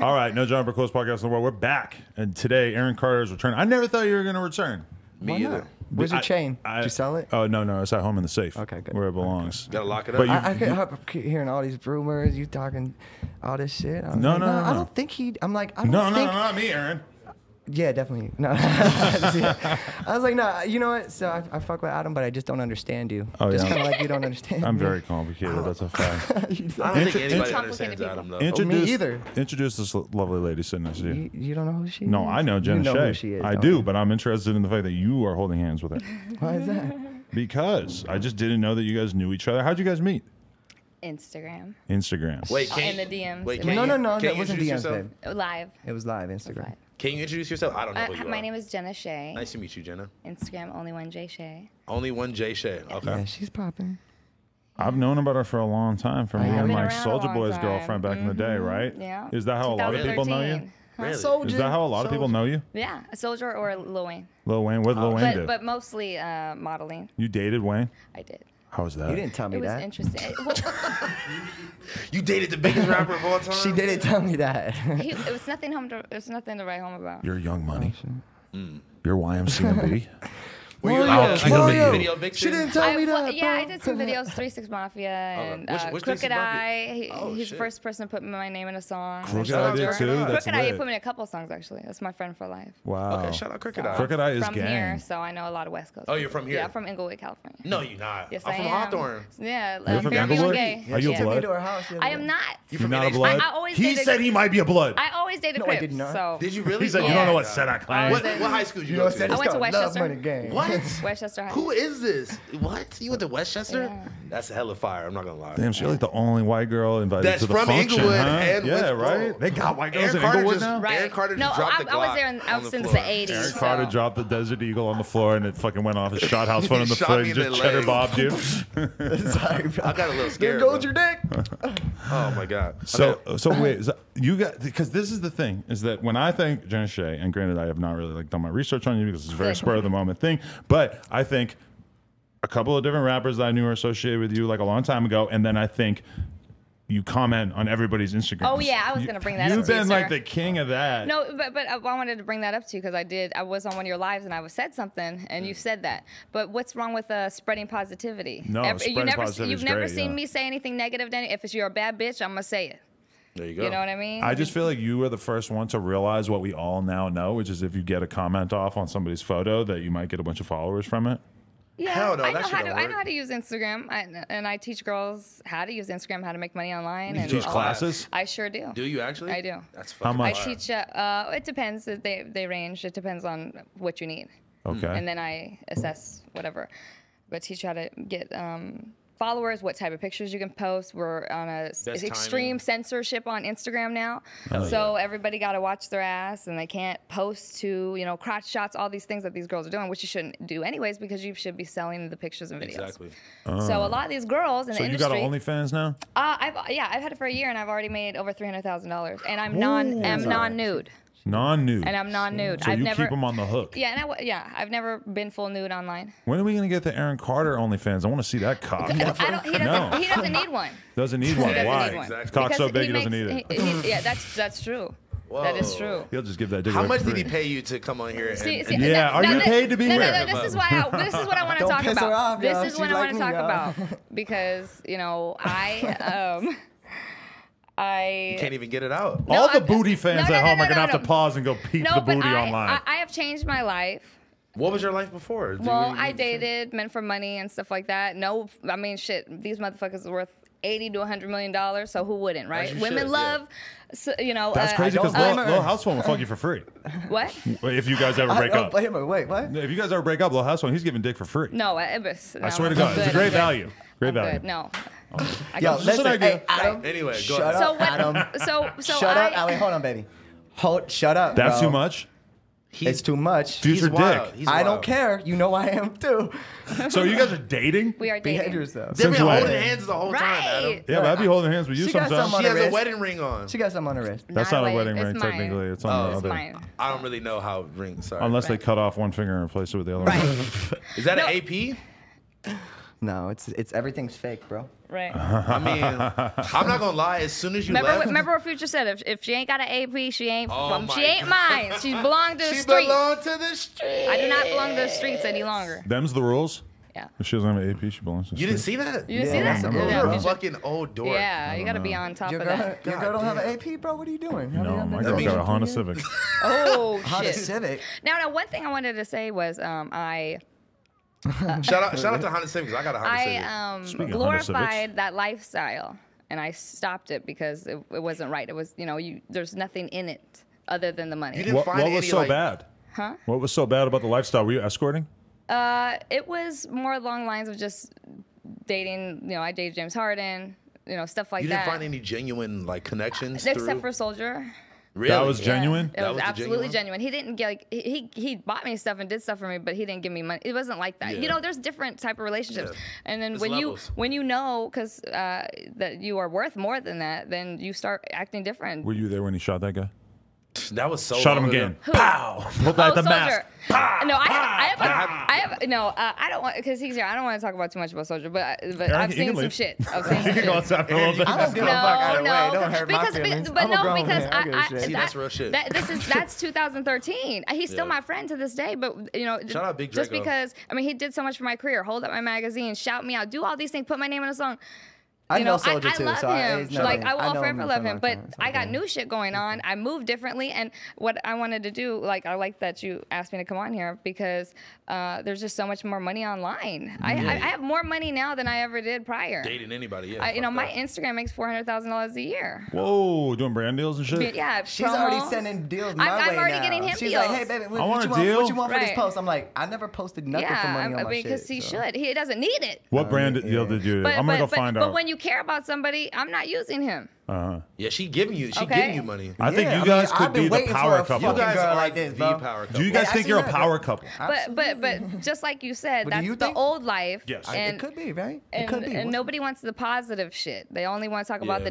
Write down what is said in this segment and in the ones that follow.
All right, no John Burkos podcast in the world. We're back, and today Aaron Carter is returning. I never thought you were going to return. Me Why either. not? Where's your I- chain? I- Did you sell it? Oh no, no, it's at home in the safe. Okay, good. Where it belongs. Gotta lock it But up. you- I, I kept- I kept hearing all these rumors, you talking all this shit. I was No, like, no, no, I no. don't think he. I'm like, I don't No, no, no, think. no, not me, Aaron. Yeah, definitely. No. I was like, no, you know what? So I, I fuck with Adam, but I just don't understand you. Oh, just yeah. kind of like you don't understand. I'm me. very complicated. That's a fact. I don't think Intro- anybody intro- understands Complicated Adam though. Introduce, Oh, either. Introduce this lo- lovely lady sitting next to you. You, you don't know who she is? No, I know Jenna you know Shea. Who she is, I don't do, you? but I'm interested in the fact that you are holding hands with her Why is that? because I just didn't know that you guys knew each other. How'd you guys meet? Instagram. Instagram. Wait, can In the DMs. Wait, It can was No, you, no, no. can That you wasn't introduce DM's yourself? name. Oh, Live. It was live Instagram. Live. Can you introduce yourself? I don't know Uh, who you my are. name is Jenna Shea. Nice to meet you, Jenna. Instagram only one J Shea. Only one Jay Shay. Okay. Yeah, she's popping. I've known about her for a long time from I being have. Been like around a Soldier long Boy's time. Mm-hmm. girlfriend back in the day, right? Yeah. Is that how a lot of people know you? 2013. Really? Is that how a lot of people know you? Yeah, a soldier or Lil Wayne. Lil Wayne. What did Lil Wayne But, do? but mostly uh, modeling. You dated Wayne? I did. How was that? You didn't tell me It was that. interesting. It, well, You dated the biggest rapper of all time. She didn't tell me that. he, it was nothing home. To, it was nothing to write home about. You're Young Money. Mm. You're YMCMB. Were you I'll like a, kill like a you. video vixen? She didn't tell I, me well, that. yeah, I bro. did some videos. Three Six Mafia and Which- uh, which 3 Six Crooked Mafia? Eye. He, Oh, he's shit. the first person to put my name in a song. Crooked Eye Eye did did Crooked too. too? Eye. That's That's Crooked Eye, he put lit. me in a couple songs actually. That's my friend for life. Wow. Okay, shout out Crooked Eye. Crooked Eye is from gang. here, so I know a lot of West Coast. Oh, you're people. from here? Yeah, from Inglewood, California. No, you're not. Yes, I'm I from am. Hawthorne. Yeah, You're uh, from Fairview Inglewood? Gay. Are you a She took Yeah. me blood? to her house. the other I day. am not. You You're from not a NH blood? I always he dated- said he might be a blood. I always dated No, I Crips. did not. So Did you really? He's like, you Yeah. don't know what set I claim. What, what high school did you, You go know, to? said I it's went to called Love Westchester. Money Gang. What? Westchester High. Who is this? What? You went to Westchester? That's a hell of fire. I'm not gonna lie. Damn, she's like the only white girl invited That's to the from function. Inglewood huh? and yeah, West- right. Oh. They got white girls Aaron in Carter Inglewood just- now. Right. Aaron Carter no, just dropped I, the I was Glock there in, on out the since floor. the 80s. Aaron Carter so. dropped the Desert Eagle on the floor and it fucking went off. It shot House Phone in the Shot foot me and in the just cheddar leg. bobbed you. Sorry, bro. I got a little There scared. goes though. your dick. Oh my god. So, so wait, so you got because this is the thing is that when I think Jenna Shea, and granted, I have not really like done my research on you because it's a very spur of the moment thing, but I think a couple of different rappers that I knew were associated with you like a long time ago, and then I think you comment on everybody's Instagram. Oh, yeah, I was gonna bring that You've up to you, been like sir. the king of that. No, but but I wanted to bring that up to you because I did. I was on one of your lives and I was said something and Mm. you said that. But what's wrong with uh, spreading positivity? No, you spreading never positivity you've is never great, seen yeah. me say anything negative. Then if it's you're a bad bitch, I'm gonna say it. there you go. You know what I mean? I just feel like you were the first one to realize what we all now know, which is if you get a comment off on somebody's photo, that you might get a bunch of followers from it. yeah, Hell no, I that know shit how to don't I work. know how to use Instagram I, and I teach girls how to use Instagram, how to make money online. You and teach all that. Classes. I sure do. Do you actually? I do. That's How fucking much? I fire. teach. Uh, uh, it depends. They they range. It depends on what you need, Okay. Hmm. and then I assess whatever. But teach you how to get um, followers, what type of pictures you can post. We're on a s- Best timing. extreme censorship on Instagram now, so everybody got to watch their ass, and they can't post to you know crotch shots, all these things that these girls are doing, which you shouldn't do anyways because you should be selling the pictures and videos. Exactly. So a lot of these girls in so the you industry, got an OnlyFans now? uh, I've yeah, I've had it for a year, and I've already made over three hundred thousand dollars, and I'm non, I'm non-nude Non-nude. and I'm non-nude. so I've you never, keep them on the hook. Yeah, and I, wa- yeah, I've never been full nude online. When are we gonna get the Aaron Carter OnlyFans? I want to see that cock. I don't. He doesn't. No. He doesn't need one. doesn't need one. He doesn't Why? need one. Exactly. Cock Because so big he he doesn't need makes- it. he- he- yeah, that's that's true. That is Whoa. true. He'll just give that dick How away much for did he free. pay you to come on here? And, See- see, and- Yeah, no, are no, you no, paid to be no, no, here? no, this is why I, this is what I want to Don't talk piss her about. off, this y'all. is She what I like want to me, talk y'all. about because you know I um I can't even get it out. No, All the I'm- booty fans no, no, at no, home no, are gonna no, have to no. pause and go peep no, the but booty I, online. I I have changed my life. What was your life before? Do Well, you- I dated men for money and stuff like that. No, I mean, shit, these motherfuckers are worth. 80 to 100 million dollars, so who wouldn't, right? you Women should, yeah. love, so, you know, That's uh, crazy don't because Lil, blame her. Lil House Phone will fuck you for free what? if you guys ever I break don't up. blame her. Wait, what? If you guys ever break up, Lil House Phone, he's giving dick for free. No, I, it was- no, I swear to I'm God, it's a good, great I'm good. value. Great I'm value. Oh. Good. No. I Yo, got- just an listen, idea. hey, Adam. Anyway, go shut ahead. up, so what? Adam. So so shut I, up, Ali. Hold on, baby. Hold, shut up. That's bro. too much. He's- It's too much. Dude, He's Future wild. dick. He's I wild. don't care. You know I am too. So you guys are dating? We are Behave dating. yourself. They've Since been when? holding hands the whole time, Adam. Right. yeah, but I'd be holding hands with you She got sometimes. some She on her has a wrist. wedding ring on. She got something on her wrist. That's not a wedding It's ring, mine. Oh, technically. It's on the It's other. mine. I don't really know how rings are. Unless they Right. cut off one finger and replace it with the other one. Right. Is that No. an AP? No, it's it's everything's fake, bro. Right. Uh-huh. I mean, I'm not gonna lie. As soon as you Remember, what, left, remember what Future said? If, if she ain't got an AP, she ain't Oh from- she my ain't mine. She belonged to the she streets. belonged to the street. I do not belong to the streets any longer. Them's the rules. Yeah. If she doesn't have an AP, she belongs to the You didn't street. see that? You Yeah, didn't see that? remember Yeah, that. You're a you should- fucking old dork. yeah, you got to be on top Your of girl, that. your girl don't have an AP, bro. What are you doing? Have you No, had my that girl shit got a for Honda years? Civic. Oh Honda shit! Civic. Now, now, one thing I wanted to say was, um, I, Shout out, shout out to Honda Civic. 'cause I got a Honda Civic. I um, Speaking of Honda Civics. glorified that lifestyle, and I stopped it because it, it wasn't right. It was, you know, you there's nothing in it other than the money. You didn't What, find what any, was so like- bad? Huh? What was so bad about the lifestyle? Were you escorting? Uh, it was more along lines of just dating. You know, I dated James Harden. You know, stuff like You that. didn't find any genuine like connections. Except through? for Soldier. really? That was genuine. It That was, was the absolutely genuine genuine? He didn't get like he he he bought me stuff and did stuff for me, but he didn't give me money. It wasn't like that. You Yeah. know, there's different type of relationships. Yeah. And then There's when levels. you when you know because uh, that you are worth more than that, then you start acting different. Were you there when he shot that guy? That was so. Shot him long ago. again. Pow! Pulled out the mask. Oh, no, I have, I have, a, I have no, uh, I don't want because he's here. I don't want to talk about too much about Soldier, but uh, but Eric, you I've can seen some leave. shit. I've seen some You shit. can go outside for a little bit. I don't give a no, fuck either no, way. Don't hurt because, my feelings. be- but I'm a no, grown because man. I, don't give I, a shit. See, that, that's real shit. that- this is that's 2013. He's still Yeah. my friend to this day, but you know, Shout out Big just Draco. because I mean, he did so much for my career. Hold up my magazine, shout me out, do all these things, put my name in a song. I You know, know Soldier I, I too. love so him. it's not like I will know him forever for love a him. long But time. It's I got okay. new shit going on. I moved differently, and what I wanted to do, like I like that you asked me to come on here because uh, there's just so much more money online. I, I, I have more money now than I ever did prior. Dating anybody? Yeah. I, you fuck know, my that. Instagram makes four hundred thousand dollars a year. Whoa, doing brand deals and shit. Yeah, She's already promo. sending deals my I'm, I'm way already now. getting him She's deals. like, hey, baby, what, I what want a you want, deal. what you want for this Right. post? I'm like, I never posted nothing for yeah, money I- on I my mean, shit. because he so. should. He doesn't need it. What brand deal did you? I'm gonna go but, find but out. when you care about somebody, I'm not using him. Yeah, she giving you. She Okay. giving you money. I think Yeah, you I guys mean, could I've been be the waiting for power a couple. fucking You guys girl are like this, the bro. power couple. Do you Hey, guys I think seen you're a that, power bro. couple? But but but just like you said, But do that's you the think- old life. Yes. I- it and it could be, right? it And, could be. and What- nobody wants the positive shit. They only want to talk about Yeah, the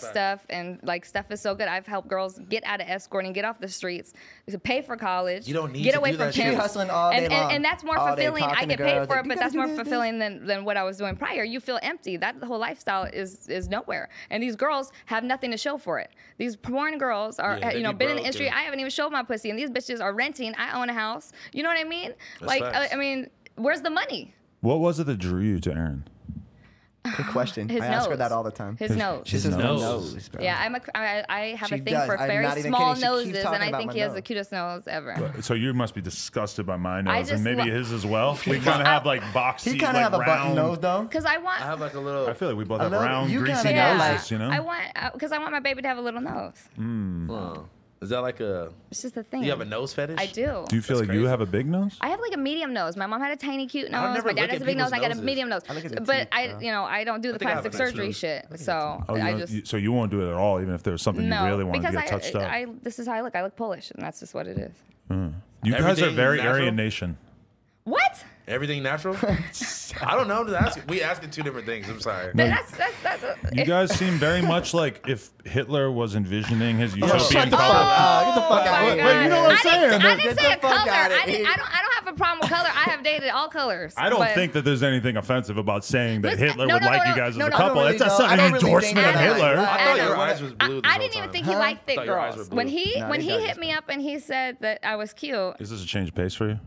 that's fact. stuff and like stuff is so good. I've helped girls get out of escorting, get off the streets, to pay for college. You don't need get to away do from that shit. pimps. Hustling all day and, and, long. and that's more All day fulfilling. I talking to get paid girls, for like, it, "You but gotta that's do more this, this." fulfilling than, than what I was doing prior. You feel empty. That whole lifestyle is is nowhere. And these girls have nothing to show for it. These porn girls are Yeah, they you know be been in the broke industry. and- I haven't even showed my pussy, and these bitches are renting. I own a house. You know what I mean? like facts. I, I mean, where's the money? What was it that drew you to Aaron? Good question. His I nose. ask her that all the time. His nose. She says nose. nose. nose bro. yeah, I'm a, I, I have a She thing does. for I'm very not even small kidding. She keeps noses, talking and I about think my he has the nose. cutest nose ever. So you must be disgusted by my nose, and just maybe lo- his as well. We kind of have like boxy, He kind like of have a button round- nose though. Because I want, I have like a little. I feel like we both have love- round, you greasy kinda got, yeah, noses. You know, I want because I want my baby to have a little nose. Uh, is that like a? It's just a thing. You have a nose fetish? Hmm. I do. do you feel like That's you crazy. have a big nose? I have like a medium nose. My mom had a tiny, cute nose. never My dad look has at a big nose. people's I got a noses. medium nose. I look at the but teeth, I, bro. you know, I don't do the think I have plastic a nice surgery nose. shit. So Oh, you I don't- just you- so you won't do it at all, even if there's something no you really want to because get I, touched up. I this is how I look. I look Polish, and that's just what it is. you guys are Everything very natural? Aryan nation. What? Everything natural? I don't know. Just ask- we asking two different things. I'm sorry. That's that's that's. uh, You guys seem very much like if Hitler was envisioning his utopian Oh, Shut the fuck power. up. Get the fuck out my of Wait, here. wait, you know what I'm I saying? Didn't, I didn't Get the say a fuck color. outta I, didn't, here. I don't. I don't have a problem with color. I have dated all colors. I don't but- think that there's anything offensive about saying that Listen, Hitler no, would no, no, like you no, guys no, as a no, couple. I don't It's really that's know. not I an don't really endorsement think of that. Hitler. I thought your Adam. eyes was I, blue. This I whole didn't even time. think he liked thick thought your eyes girls. were When blue. he No, when they he don't hit just me up and he said that I was cute, Is this a change of pace for you?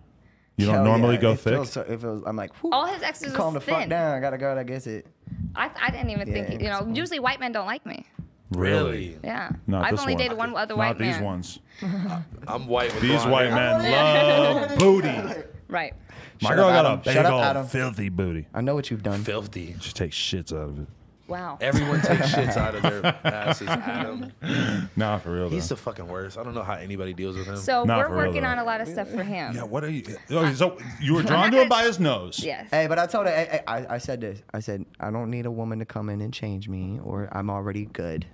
You don't Hell normally yeah, go it thick. feels so- it feels- I'm like, whew, all his exes calm the was fuck thin. down. I got a girl that gets it. I, I didn't even Yeah, think you know. it's- Usually white men don't like me. Really? Yeah. Not I've this only one. dated one other Not white man. these ones. I'm white. With These blonde white hair. men love booty. Right. My Shut girl up, got Adam. a big Shut up, old Adam. filthy booty. I know what you've done. Filthy. She takes shits out of it. Wow. Everyone takes shits out of their asses. Adam. Nah, for real though. He's the fucking worst. I don't know how anybody deals with him. so Nah, for we're real, working though. on a lot of stuff for him. yeah, what are you? Oh, so you were drawn to him by his nose. Yes. Hey, but I told her, hey, I, I- I said this. I said, I don't need a woman to come in and change me, or I'm already good.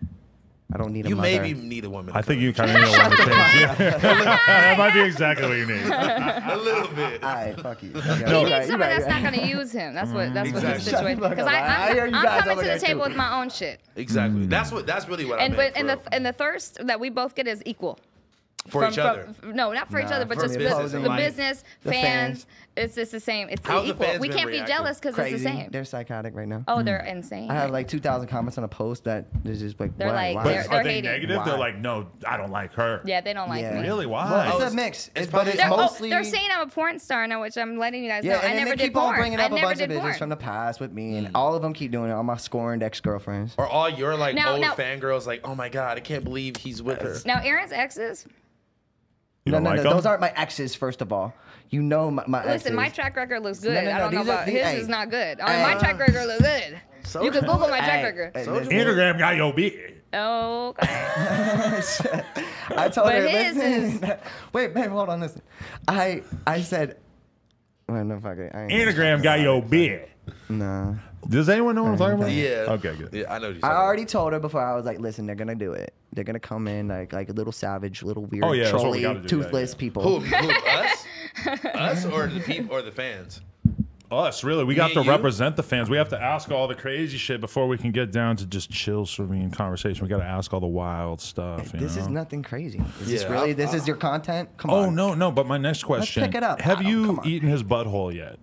I don't need a you mother. maybe need a woman. to I think come you kind of need a lot of things. Yeah. that might be exactly what you need. in. a little bit. All right, fuck you. Yeah, He you're He right, you're needs someone right. Mm-hmm. that's not going to use him. That's what. That's what the Exactly. situation. Shut the Because fuck up. I I'm, hear I'm, you I'm guys coming over to there, the table too. with my own shit. Mm. Exactly. That's what. That's really what I and meant. but and for the real. and the thirst that we both get is equal. For each other. f- no, not for each Nah, other, but for just business bus- and the life. business, The fans, fans. It's it's the same. It's How's the equal. fans We been can't be reacting? jealous because it's the same. They're psychotic right now. oh, they're insane. I have like 2,000 comments on a post that is just like, They're why, like- why? But they're- are they hating. negative? Why? They're like, no, I don't like her. yeah, they don't like Yeah. me. Really? Why? Well, Oh, it's a mix. It's, it's but probably- it's They're, oh, mostly. they're saying I'm a porn star now, which I'm letting you guys yeah, know. and I then never they did keep porn. on bringing I up a never bunch of did bitches porn. from the past with me, Mm. and all of them keep doing it. All my scorned ex girlfriends. Are all your like Now- old now- fangirls like, oh my god, I can't believe he's with her. now, Aaron's exes. You No, don't no, like no. them? Those aren't my exes. First of all, you know my, my exes. Listen, my track record looks good. No, no, no, I don't know these are- about these- his hey. is not good. I mean, my Hey. track record looks good. So- you can Google my track Hey, record. Oh, hey, Soulja listen, Instagram got your beat. Okay. I told But her, his is- listen. Wait, babe, hold on, listen. I I said, well, no, fuck it. I ain't- Instagram got your beat. Nah. Does anyone know what I'm talking about? Yeah. Okay, good. Yeah, I know. What you're I talking about. already told her before. I was like, listen, they're gonna do it. They're gonna come in like like a little savage, little weird, Oh, yeah, that's what we trolly, gotta do, yeah, toothless yeah. Who, people. who us? us or the people or the fans? Us, really. We got Me to and you? represent the fans. We have to ask all the crazy shit before we can get down to just chill, serene conversation. We got to ask all the wild stuff. you This is know? nothing crazy. Is this Yeah, really? I- this is your content? Come Oh on. no, no. But my next question: pick it up. Have Adam, you come on. eaten his butthole yet?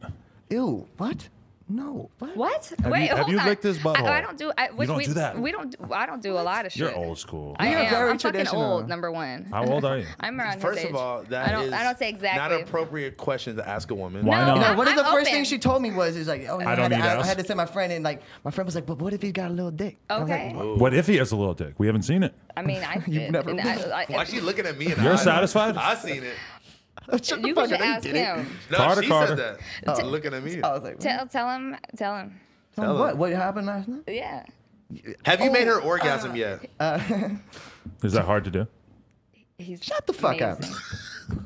Ew. What? No. What? What? you- Wait, have hold you on. licked his butthole? I, I don't do. I, which don't we, do that. We don't. Do, I don't do a lot of shit. You're old school. I You're am. very I'm fucking traditional. old. Number one. How old are you? I'm around his First age. of all, that is I don't. I don't say exactly. not appropriate question to ask a woman. Why No, not? No, what is I'm the first open. thing she told me was is like, oh, yeah, I, don't had to, need I, ass. I had to send my friend, and like my friend was like, but what if he got a little dick? I was like, Okay. "What?" What if he has a little dick? We haven't seen it. I mean, I. You've never and I, I, Why she looking at me? And You're satisfied? I seen it. Shut the you fuck should up, ask did it. him. No, Carter, she Carter. said that. She's looking at me. I was like, Tell, tell him. Tell him. "Tell tell what? him. What happened last night? Yeah. Have you made her orgasm yet? Is that hard to do? He's Shut the fuck up. amazing.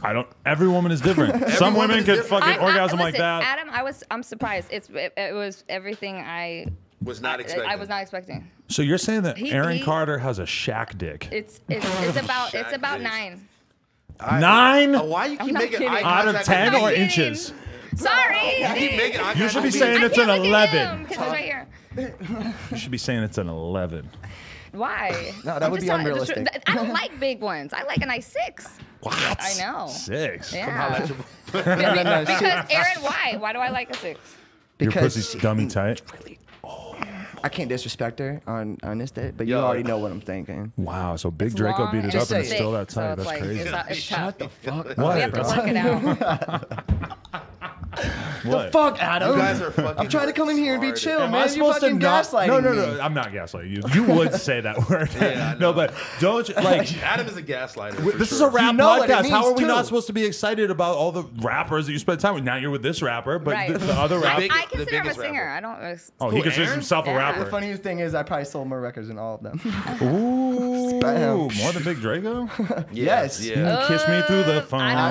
I don't. Every woman is different. Some woman women is can different. fucking I'm- I- orgasm like listen, that. Adam, I was. I'm surprised. It's. It, it was everything I. Was not expecting. I was not expecting. so you're saying that He- Aaron he- Carter has a shack dick? It's. It's, it's about. It's about Shaq nine. Nine Oh, why you keep I'm not making kidding. eye out of contact ten with or me? kidding. inches? Sorry. You keep making eye You should be contact with me. saying I it's can't an look at 11. him 'cause it's right here. You should be saying it's an eleven. Why? No, that I'm would just be telling you the unrealistic. truth. I don't like big ones. I like a nice six. What? I know. Six. Yeah. No, no, no, she- Because Aaron, why? Why do I like a six? Your because pussy's dummy tight. I can't disrespect her on on this day, but you Yo. already know what I'm thinking. Wow. So Big It's Draco long beat it and up and thick, it's still that so tight. it's That's like, crazy. It's not, it's tough. Shut the fuck up. What? We have to That's- work it out. what? Fuck Adam. You guys are fucking. I'm trying to come in here and be retarded. chill, Am man. I you supposed to fucking not? gaslighting No, no, me. no. I'm not gaslighting you. You would say that word. Yeah, I no, know. but don't you, like. Adam is a gaslighter. for This is sure. a rap You know what it podcast. How are means, we too. not supposed to be excited about all the rappers that you spend time with? Now you're with this rapper, but Right. the, the other The rapper. big- I the consider him a biggest singer. rapper. I don't. uh, it's- oh, he Who, considers Aaron? himself a Yeah. rapper. The funniest thing is, I probably sold more records than all of them. Ooh, Spam. more than Big Draco. Yes. Yeah. Uh, Kiss me through the phone. I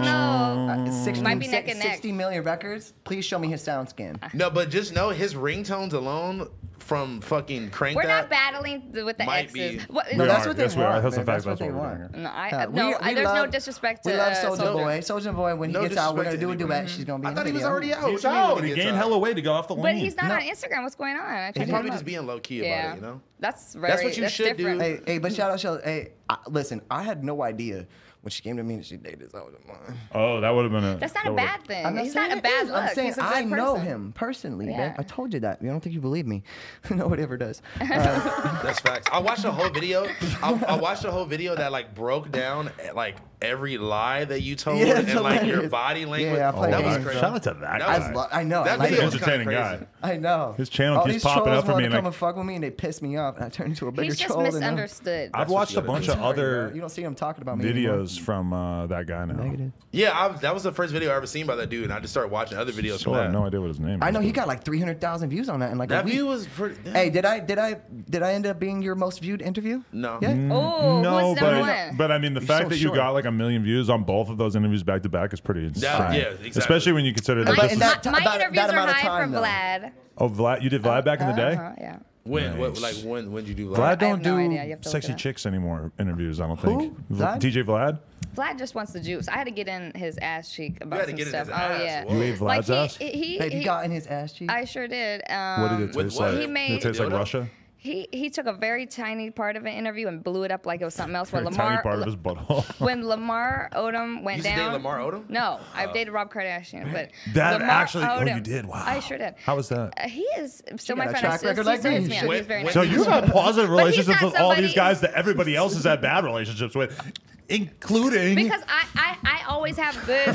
don't know. Uh, 60, Might be neck and neck. 60 million records. Please show me his sound scan. Mm-hmm. No, but just know his ringtones alone from fucking crank We're That- not battling th- with the Might be. exes. What, No, We that's are. what they Yes, we are. want. That's a man. fact. That's That's what they what we're want. doing. no, I, Uh, I- no we- I- we there's no love- disrespect to We love uh, Soldier Soulja. Boy. Soldier Boy, when he No gets out, we're gonna disrespect to do a duet. anybody. She's gonna be. I in the thought he was video. already out. He's What do you mean out. when He gets gained out? hella weight to go off the But lane. he's not No. on Instagram. What's going on? I He's tried probably to hit him just up. being low key Yeah. about it, you know. That's very. what you should do. different. Hey, hey, but shout out, shout Hey, I, listen, I had no idea when she came to me that she dated Soldier Boy. oh, that would have been a. That's not that a would've- bad thing. I'm He's saying not a it bad is. look. I'm saying He's a good I know person. him personally, man. Yeah. I told you that. You don't think you believe me? Nobody ever does. Uh, That's facts. I watched the whole video. I, I watched the whole video that like broke down eh, like every lie that you told Yeah, and it's like your hilarious. body language. yeah, I play that was games, crazy. Shout out to that. That guy. was I, lo- I know. I That like He's video an was it. kinda entertaining crazy. guy. I know. His channel All keeps these popping trolls up for wanna me, and I- come and fuck with me, and they piss me off, and I turn into a bigger He's just troll. than them. misunderstood. I've what watched you a gotta bunch do. of Sorry, bro. other You don't see them talking about me anymore. videos from uh, that guy now. Negative. Yeah, I, that was the first video I ever seen by that dude, and I just started watching other videos Still from that. have no idea what his name. I is, know he but- got like three hundred thousand views on that, and like a that week. view was pretty. yeah. Hey, did I did I did I end up being your most viewed interview? No. Yeah. Mm. Oh, no, who's number but, one? but I mean, the fact so that you short. got like a million views on both of those interviews back to back is pretty insane. yeah, exactly. Especially when you consider that my this is. in that- my- ti- my that- that interviews are amount of high time, for though. Vlad. oh, Vlad, you did Vlad back in the day? Uh-huh, yeah. When? What, Nice. like when? When did you do that? Vlad I have don't do no idea. You have to look sexy it up. chicks anymore interviews, I don't think. Who? V- Vlad? DJ Vlad? Vlad just wants the juice. I had to get in his ass cheek about You had to some get in stuff. his oh ass? yeah. Whoa. You ate like Vlad's ass? he, he, he, Babe, you he- got in his ass cheek. I sure did. Um, What did it With taste what? like? He made- Did it taste like Dildo? Russia? He he took a very tiny part of an interview and blew it up like it was something else. When Very Lamar tiny part of his butthole. when Lamar Odom went You used to down. date Lamar Odom? Oh. No, I've dated Rob Kardashian, but that Lamar actually, Odom, oh, you did. Wow. I sure did. How was that? Uh, he is still got my a friend. track I still- record he like still hits me. me up. When- He's very when- nice. So you've had positive But he's relationships not with all these somebody- guys that everybody else has had bad relationships with, including. Because I, I, I always have good.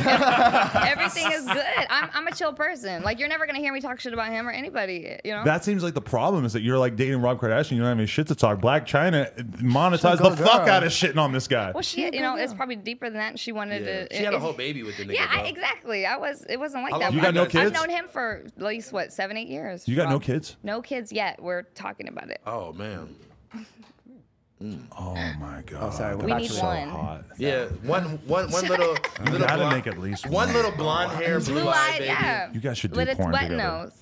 everything is good. I'm, I'm a chill person. Like you're never gonna hear me talk shit about him or anybody. You know. that seems like the problem is that you're like dating Rob Kardashian. You don't have any shit to talk. Black China monetized She's a the good fuck girl. out of shitting on this guy. well, she, you know, it's probably deeper than that, and she wanted Yeah. to. She had a it- whole baby with the nigga. Yeah, I, bro. exactly. I was. It wasn't like How that. long You got no I've- kids? I've known him for at least what seven, eight years. You got no Rob. kids? No kids yet. We're talking about it. Oh man. Oh my god. sorry, we're We back need to so the- one. hot. Yeah, one one one little. You little gotta blonde- make at least one, one. little blonde hair, blue eyed Blue-eyed, baby. yeah. You guys should do But it's porn wet together. nose.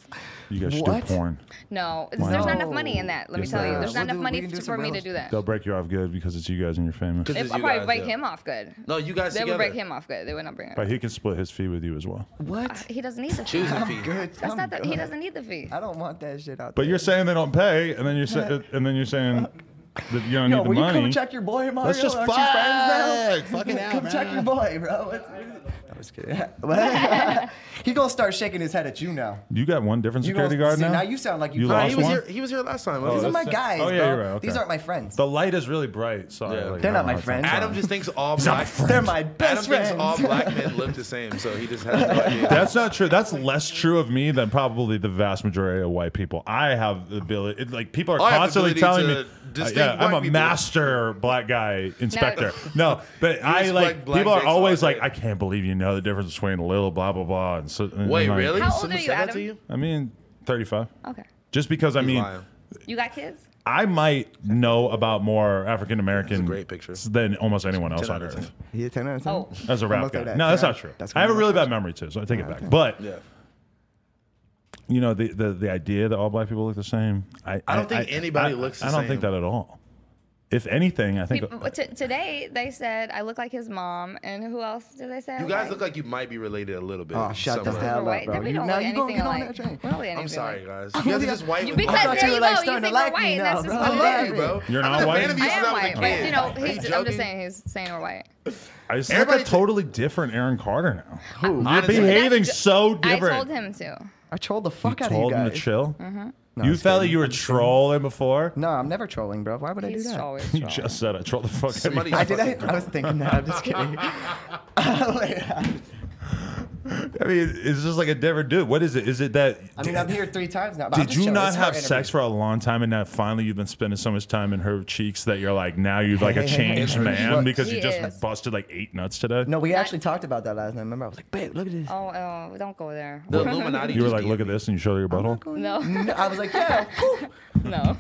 You guys should What? do porn. No, it's- Why there's not? not enough money in that. Let me Yes, tell you, there there's is. not We'll enough do- money we can do for me to something do that. They'll break you off good because it's you guys and you're famous. This It is would you probably guys, break yeah. him off good. No, you guys They would together. break him off good. They would not bring him. But he can split his fee with you as well. What? He doesn't need the fee. Oh, Choosing fee. Good. That's I'm not the, he good. doesn't need the fee. I don't want that shit out But there. you're saying they don't pay, and then you're saying, and then you're saying that you don't Yo, need the will you money. come check your boy, Mario? Let's just Aren't you friends now? Fucking come check your boy, bro. What- I was kidding. What? he gonna start shaking his head at you now. You got one different You security gonna- guard see, now. now you sound like you- you Nah, Nah, lost he was one. here. He was here last time. Oh, These are that's my it. guys, Oh, yeah, bro. you're right, These okay. aren't my friends. The light is really bright. Sorry, Yeah. like, They're not I my don't know friends. how to- Adam just thinks all not black. my friend. They're my Adam thinks best friends. all black men look the same, so he just has no idea. That's not true. That's less true of me than probably the vast majority of white people. I have the ability, it, like people are I have the constantly ability telling to me, uh, distinct yeah, I'm white a people." master black guy inspector. No, but I just like like black people are dicks all always day. like, I can't believe you know the difference between little blah blah blah. And so, and Wait, I'm like, really? How old Someone are you, said that Adam? to you? I mean, 35. Okay. Just because I mean, lying. You got kids? I might know about more African American great picture. than almost anyone else 10 on out of earth. 10. Yeah, 10 out of 10. Oh. As a rap must say guy, that. no, Can that's I- not true. that's I have a gonna be really my bad memory too, so I take it back. But Yeah. you know the, the the idea that all black people look the same. I, I don't think anybody I- looks I the don't think same. that at all. If anything, I think People, t- today they said I look like his mom, and who else did they say? I You guys look like you might be related a little bit. Oh, shut the somewhere. hell We're up, white. bro. Then we You- don't now look you gonna anything get on alike. that train. We don't look anything I'm sorry, alike. guys. You guys are just white. Oh, You- with because black- thought you there were, you like, go. You starting to think like we're me white, and now, that's just bro. what I love it you, is. bro. You're I've not been a white? fan of you I since am was a white, but kid. you know, Are you he's, I'm just joking? saying he's saying we're white. I just look like a Everybody- totally different Aaron Carter now. Who? You're Honestly. behaving That's- so I different. told him Mm-hmm. to. I trolled the fuck out of you Told him guys. to chill. you felt like you were trolling before. no, I'm never trolling, bro. Why would I do He's that? always You wrong. just said I trolled the fuck out of Somebody- you. I did. I, I was thinking that. I'm just kidding. Oh, I mean, it's just like a different dude. What is it? Is it that? I mean, I'm here three times now. But I'm Did just you chilling. not It's her have sex interview. for a long time, and now finally you've been spending so much time in her cheeks that you're like now you've like a Hey, hey, hey, changed hey. man Look. because you He just is. busted like eight nuts today? No, we actually talked about that last night. Remember, I was like, babe, look at this. Oh, oh, don't go there. The Illuminati. You were just like, look at DM'd me. this, and you showed her your butthole. No. No, I was like, yeah, whew, No.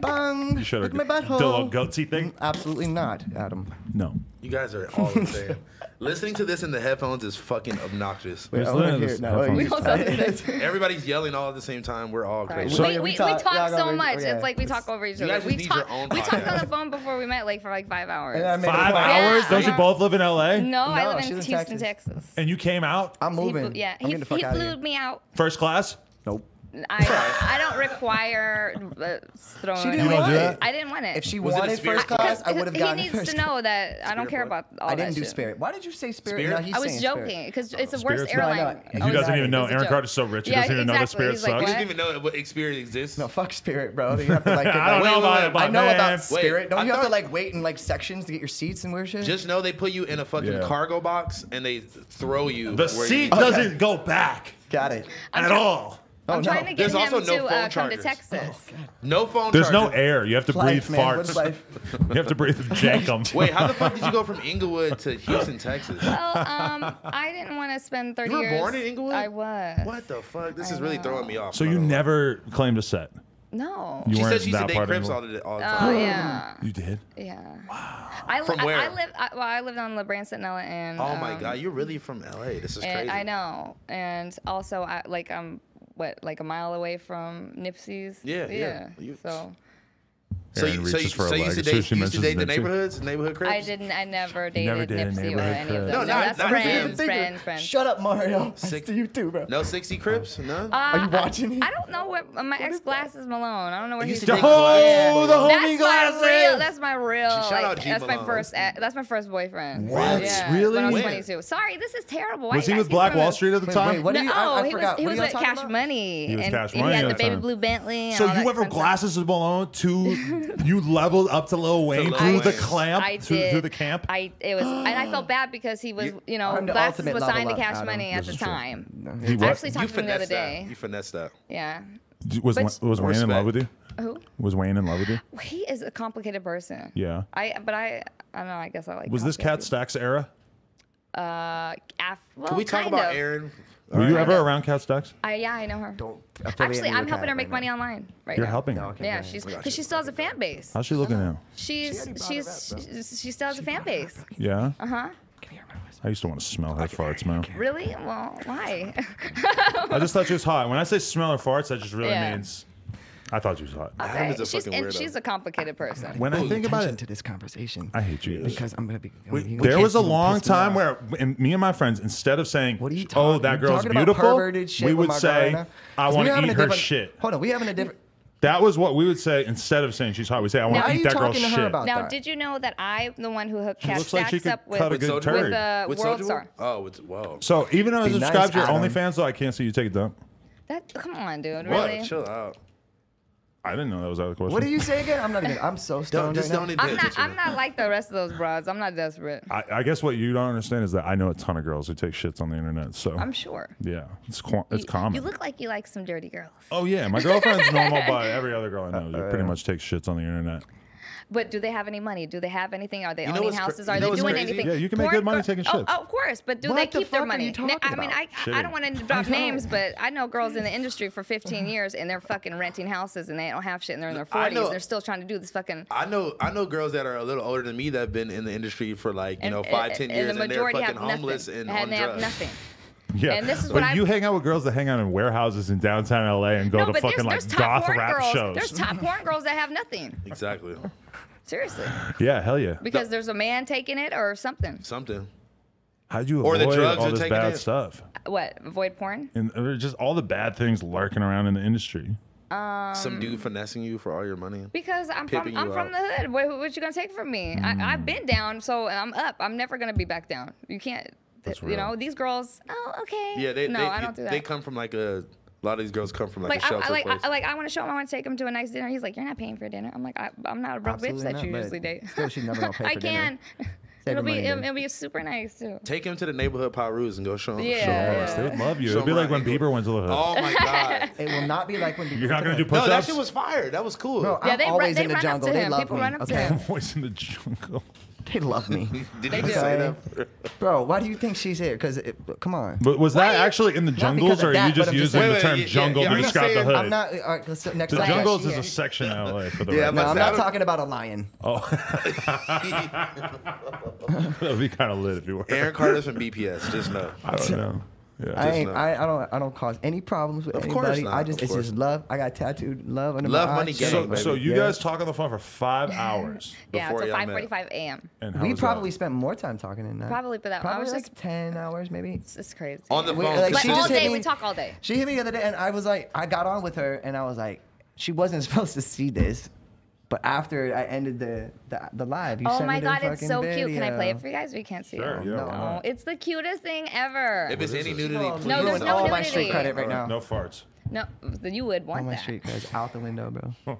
bung. You showed her Look at my the little butthole. goatsy thing. Absolutely not, Adam. No. You guys are all the same. Listening to this in the headphones is fucking obnoxious. Wait, Just I listen wanna to hear this it now. Wait, headphones. you- We don't sound the same. Everybody's yelling all at the same time. We're all crazy. So- we, yeah, we, we we talk- talk, yeah, I got so it. much. Yeah. It's like we talk over each You other. guys we need talk. your own we talked on the podcast. phone before we met, like for like five hours. And I made a Five point. hours? Yeah. Don't you both live in L.A.? no, I No, live in she's in Houston, Texas. Texas. And you came out I'm moving. He, yeah, I'm he, getting the fuck he out of flew here. me out. first class. Nope. I don't, I don't require uh, throwing. She didn't You don't want do it. that? I didn't want it. If she Was it a wanted spirit first plug? class, I He- would have he gotten needs first to know that I don't care plug? about all I that didn't do shit. spirit. Why did you say spirit? Spirit? No, he's I was saying joking because it's the worst Spirit's not- No, airline. I he was doesn't like, even know. it's a Aaron joke. Carter's so rich, he Yeah, doesn't even know that exactly. Spirit He's like, sucks. You What? didn't even know what experience exists. No, fuck spirit, bro. You have to like. Get I don't like- Wait, know wait, about wait. it, but I know man. about Wait, spirit. Don't I you have to thought- like wait in like sections to get your seats and weird shit? Just know they put you in a fucking Yeah. cargo box and they throw you. The where seat You, doesn't go back got it. at all. I'm Oh, trying no. to get There's also him no to phone uh, come to chargers. Texas. no phone. There's no charger. air. You have to breathe Life, man. What's farts. life? You have to breathe jankum. Wait, how the fuck did you go from Inglewood to Houston, Texas? Well, um, I didn't want to spend 30 You were years. born in Inglewood? I was. What the fuck? This is really throwing me off. So I'm you not gonna lie. never claimed a set. No. You She weren't said she used to that date part of Crips Inglewood. all the, all the Oh time. yeah, You did. yeah. I, li- From I- where? I, live. I, well, I lived on LeBron Sentinella and. oh my um, god, you're really from LA. This is And crazy. I know, and also I like I'm what like a mile away from Nipsey's. Yeah, yeah. You- So So Aaron you, so you, reaches for a so you leg used to as soon as date, she you used to mentions date the Nipsey. neighborhoods, neighborhood cribs. I didn't. I never dated never dated a Nipsey or neighborhood any of crib. those. No, No, not- that's not Dude, him. friends, think of- friends, friends. Shut up, Mario. Sick. Sick. to you too, bro. No sixty cribs. No. Uh, Are you watching here? I don't know where my ex glasses Malone. I don't know where You he's. used to from. take glasses, Oh, bro. the homie That's glasses. my real. That's my real. Shout like, out G that's my Malone. first. eh, That's my first boyfriend. What? Yeah, Really? When I was When? 22. Sorry, this is terrible. Why Was you he guys with keep Black bringing Wall this- Street at the Wait, time? wait, what No, do you? I, I he forgot. was he what was are with y'all talking Cash about? Money. He was and Cash and Money He at had the the baby time. blue Bentley. And So all you Oh, that went from kind of stuff. glasses with Malone to you leveled up to Lil Wayne Lil through the Wayne. clamp I through, did. through the camp. I it was, and I felt bad because he was, you, know, I'm the glasses ultimate was signed to level up, Cash Adam. Money at This the is true. time. He I was, actually You talked to him the other finessed day. that. You finessed that. Yeah. was, but- was Wayne in Respect. love with you? Who? Was Wayne in love with you? He is a complicated person. Yeah. I but I I don't know. I guess I like. Was this Cat complicated Stacks era? people. Uh, af- well, Can we talk kind about of. Aaron? Were you ever around Cat Stacks? I, yeah, I know her. Don't Actually, I'm helping her make money online right You're now. helping her. okay. Yeah, Yeah, she's we got because you. she still has a fan base. How's she looking now? She's she's she's she still has a fan base. Yeah. Uh huh. Uh-huh. I used to want to smell her farts, man. Really? Well, why? I just thought she was hot. When I say smell her farts, that just really Yeah. means I thought she was hot. Adam is a she's fucking and weirdo. she's a complicated person. When I Pay think about attention it, to this conversation I hate you. because I'm gonna be. I'm Wait, gonna be- there Okay, was a you gonna long piss me time off. where and me and my friends, instead of saying, What are you "Oh, talking? that you're girl's talking about beautiful," perverted shit we with would my girl say, right now? 'Cause "I we want to having eat a her different- shit." Hold on, we having a different. That was what we would say instead of saying she's hot. We say, "I want Now, to are eat you that girl's talking to her shit." about Now, that. did you know that I'm the one who hooked Cash looks like Stacks she could up with cut a good Soulja turd. Boy? with uh, With World Soulja Boy? Star? Oh, with whoa. so even though I Be nice, subscribed to your Adam. OnlyFans, though, I can't see you take it down. That come on, dude. What? Really? Chill out. I didn't know that was out of the question. What do you say again? I'm not even. I'm so Don't stoned. just right don't now. even pay I'm not. attention. I'm not like the rest of those broads. I'm not desperate. I, I guess what you don't understand is that I know a ton of girls who take shits on the internet. So I'm sure. yeah, it's qu- it's You- common. You look like you like some dirty girls. oh yeah, my girlfriend's normal, but every other girl I know who Uh, pretty much takes shits on the internet. But do they have any money? Do they have anything? Are they know owning what's cra- houses? you Are know they what's doing crazy? anything? Yeah, you can make Porn good money girl- taking oh, shits. Oh, of course. But do What they the keep their fuck are money? you N- I talking mean, I, about? I don't want to drop don't- names, but I know girls in the industry for 15 years and they're fucking renting houses and they don't have shit and they're in their I 40s know- and they're still trying to do this fucking. I know I know girls that are a little older than me that have been in the industry for like you know eh, five ten years and, they're fucking homeless and, on they have drugs. nothing. Yeah, And this is but what I- you hang out with girls that hang out in warehouses in downtown LA and go No, to but fucking there's, like there's top goth porn rap girls. shows. There's top porn girls that have nothing. Exactly. Seriously, yeah, hell yeah. because there's a man taking it or something. Something. How do you Or the avoid drugs all are this taking bad it. stuff What? Avoid porn? and or just all the bad things lurking around in the industry? Um, Some dude finessing you for all your money. Because I'm Pimping from I'm you from out. the hood. What, what you gonna take from me? Hmm. I, I've been down, so I'm up. I'm never gonna be back down. You can't. That's you real. know these girls. Oh, okay. Yeah, they no, they, I don't do that. they come from like a a lot of these girls come from like, like a I, shelter I like place. I, like I want to show him. I want to take him to a nice dinner. He's like, you're not paying for dinner. I'm like, I, I'm not a broke bitch Absolutely that not, you but usually date. still, she's never gonna pay I for dinner. can. Save it'll her be money, it'll, dude. it'll be super nice too. Take him to the neighborhood Pyrus and go show him. Yeah. show him Yes, they would love you. Show It'd be them like when how you Bieber went to the hood. Oh my god. It will not be like when You're not gonna do no, that push-ups. shit was fire. That was cool. No, Yeah, I'm they run- always they in the run up jungle. to They him. love People me. run up to okay? him. Always in the jungle. They love me, Did you They say do. that? bro. Why do you think she's here? Because come on. But was that Why- actually in the jungles, because of or are that, you just but I'm just using saying- the term Wait, wait, yeah, jungle yeah, to I'm just describe the saying- hood? I'm not. All right, let's do next. the question. jungles is Yeah. a section in LA for the Yeah, yeah, No, record. Oh. I'm I not don't- talking about a lion. That would be kind of lit if you were. Aaron Carter's from BPS. Just know. I don't know. Yeah. I ain't. not. I, I don't. I don't cause any problems with Of course anybody. not, I just. of It's course. just love. I got tattooed love under Love, my eye. money, Shit. gang, So, baby. so you Yeah. guys talk on the phone for five hours. Yeah, Before until y'all met. 5:45 a.m. And how we was that? probably spent more time talking than that. Probably, but that- I probably was like just- ten hours maybe. It's, it's crazy. On the We- phone. like, cause Like she she all just hit day, me- we talk all day. She hit me the other day, and I was like, I got on with her, and I was like, she wasn't supposed to see this, but after I ended the the, the live, you Oh sent my me the god, it's fucking so cute. Can I play it video. for you guys? We can't see Sure, it. yeah, No, why I'm not? Oh, it's the cutest thing ever. If it's any nudity, please. No, there's ruined no all my nudity. street credit right now. No farts. No, you would All want my that. street credit's out the window, bro.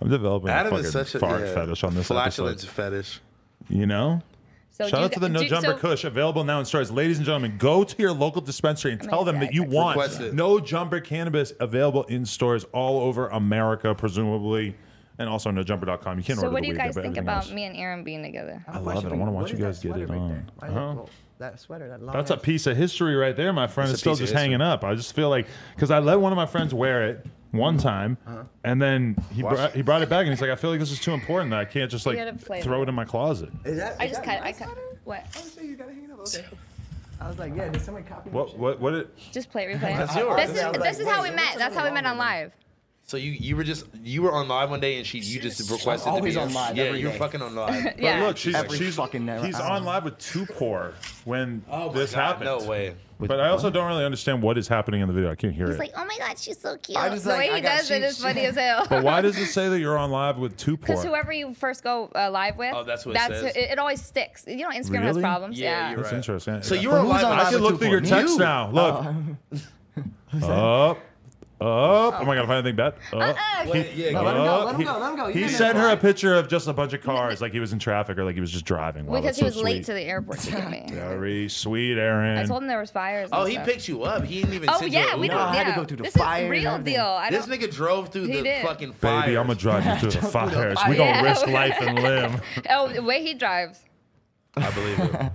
I'm developing Adam a is such fucking a fart yeah, fetish on this flatulence episode. fetish. You know? So Shout you out to the g- No do- Jumper so- Kush, available now in stores. Ladies and gentlemen, go to your local dispensary and tell them that you want Request it. No Jumper cannabis available in stores all over America, presumably, and also NoJumper.com. You can So order what the do you weed guys there, but think everything about else. me and Aaron being together? I love it. I wanna watch you guys get it on. Huh? That sweater, that long That's a piece of history right there, my friend. That's It's a still piece of just hanging up. I just feel like because I let one of my friends wear it one time, and then he Watch. brought, he brought it back, and he's like, "I feel like this is too important that I can't just like gotta play throw with it in my closet." Is that, I is just that cut. I my cut. sweater? What? Oh, shit, you got it hanging up. Okay. I was like, yeah, did somebody copy my What shit? what what? It, Just play replay. yours. This is this is how we met. That's how we met on live. So you you were just you were on live one day and she you just requested. always to be on live, Yeah, every you're day. fucking on live. But yeah. look, she's Every she's fucking never- he's I don't on live with Tupor when Oh my this God, happened. No way. But I also don't really understand what is happening in the video. I can't hear He's it. like, oh my god, she's so cute. I just the like- way I he got- does it she- is she- funny as hell. but why does it say that you're on live with Because Tupor? whoever you first go uh, live with, Oh, that's what it says. It, it always sticks. You know, Instagram has Really? problems. Yeah, Yeah. you're That's Right. interesting. So you I- were on Who's live. on I I live can with look through your Tupor? text You. Oh, now. Look up. Up! Oh my god! If I think that, up. Uh-uh. Wait, yeah, No, go let him go. Up. Let him He- go. Let him go. You He did it. sent her a picture of just a bunch of cars, like he was in traffic or like he was just driving. Wow, that's because he was so late to sweet. the airport to get me. Very sweet, I Aaron. told him there was fires. Oh, and he stuff. picked you up. He didn't even. Oh send you yeah, a Uber. we did. No, I yeah. had to go through the this fire is and real everything. deal. I This don't. nigga drove through He the did. fucking fire. Baby, I'm gonna drive you through the fires. We Yeah. gonna risk life and limb. Oh, the way he drives, I believe it.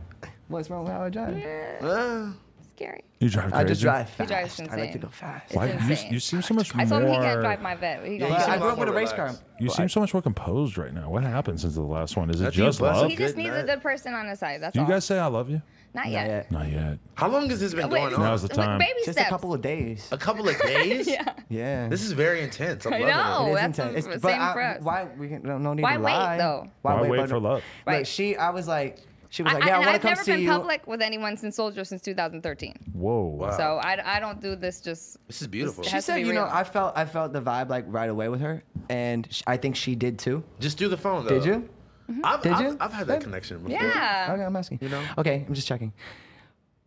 What's wrong with how I drive? Uh, scary. You drive crazy. I just drive fast. drives I like to insane. go fast. Why, you, insane. you seem so much I told him he can't more- drive my vet. He you But gonna seem I a grew lot up with a more race car. relaxed. You seem so much more composed right now. What happened since the last one? Is it That's you just busted. love? he just Good needs night. a good person on his side. That's Do Oh, you all. guys say I love you? Not Not yet. yet. Not yet. how long has this been Wait, going Now's on? the wait, time. Baby Just steps. a couple of days. Uh, A couple of days. Yeah. Yeah. This is very intense. I'm I loving know. It. Oh, It is that's intense. the It's- same for us. Why we can, no, no need Why to wait, lie. though? Why wait but- for love? Like Right. she, I was like, she was I, like, yeah, I, and want to I've come never see been you. public with anyone since Soldier since 2013. Whoa. So I, I don't do this just. This is beautiful. It She has to said, be you know, real. I felt, I felt the vibe like right away with her, and sh- I think she did too. Just do the phone Uh, though. Did you? I've, Did I've, you? I've had that connection before. Yeah. Okay, I'm asking. You know? Okay, I'm just checking.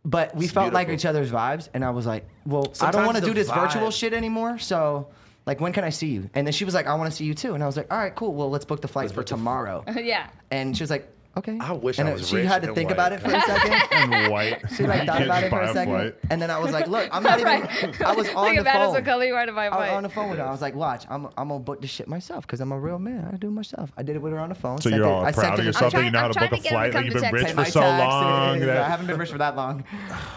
But we It's felt like beautiful. each other's vibes, and I was like, well, I Sometimes don't want to the do this virtual vibe- shit anymore, so. Like when can I see you? And then she was like, I want to see you too. And I was like, All right, cool. Well, let's book the flights for book the f- tomorrow. yeah. And she was like, Okay. I wish and I it- was She rich had to and think white. about it for a second. And white. She like thought Can't about just it for buy a second, flight. and then I was like, "Look, I'm not even." I was on Look the at that as phone. a color you wanted my I was bike. on the phone with her. I was like, "Watch, I'm I'm gonna book this shit myself because I'm a real man. I do it myself. I did it with her on the phone. So sent you're it- all I sent proud it of to- yourself that trying- you know how I'm to book trying a to get him to flight, like come you've to been Texas. rich Pay for my so taxes. long. I That, haven't been rich for that long.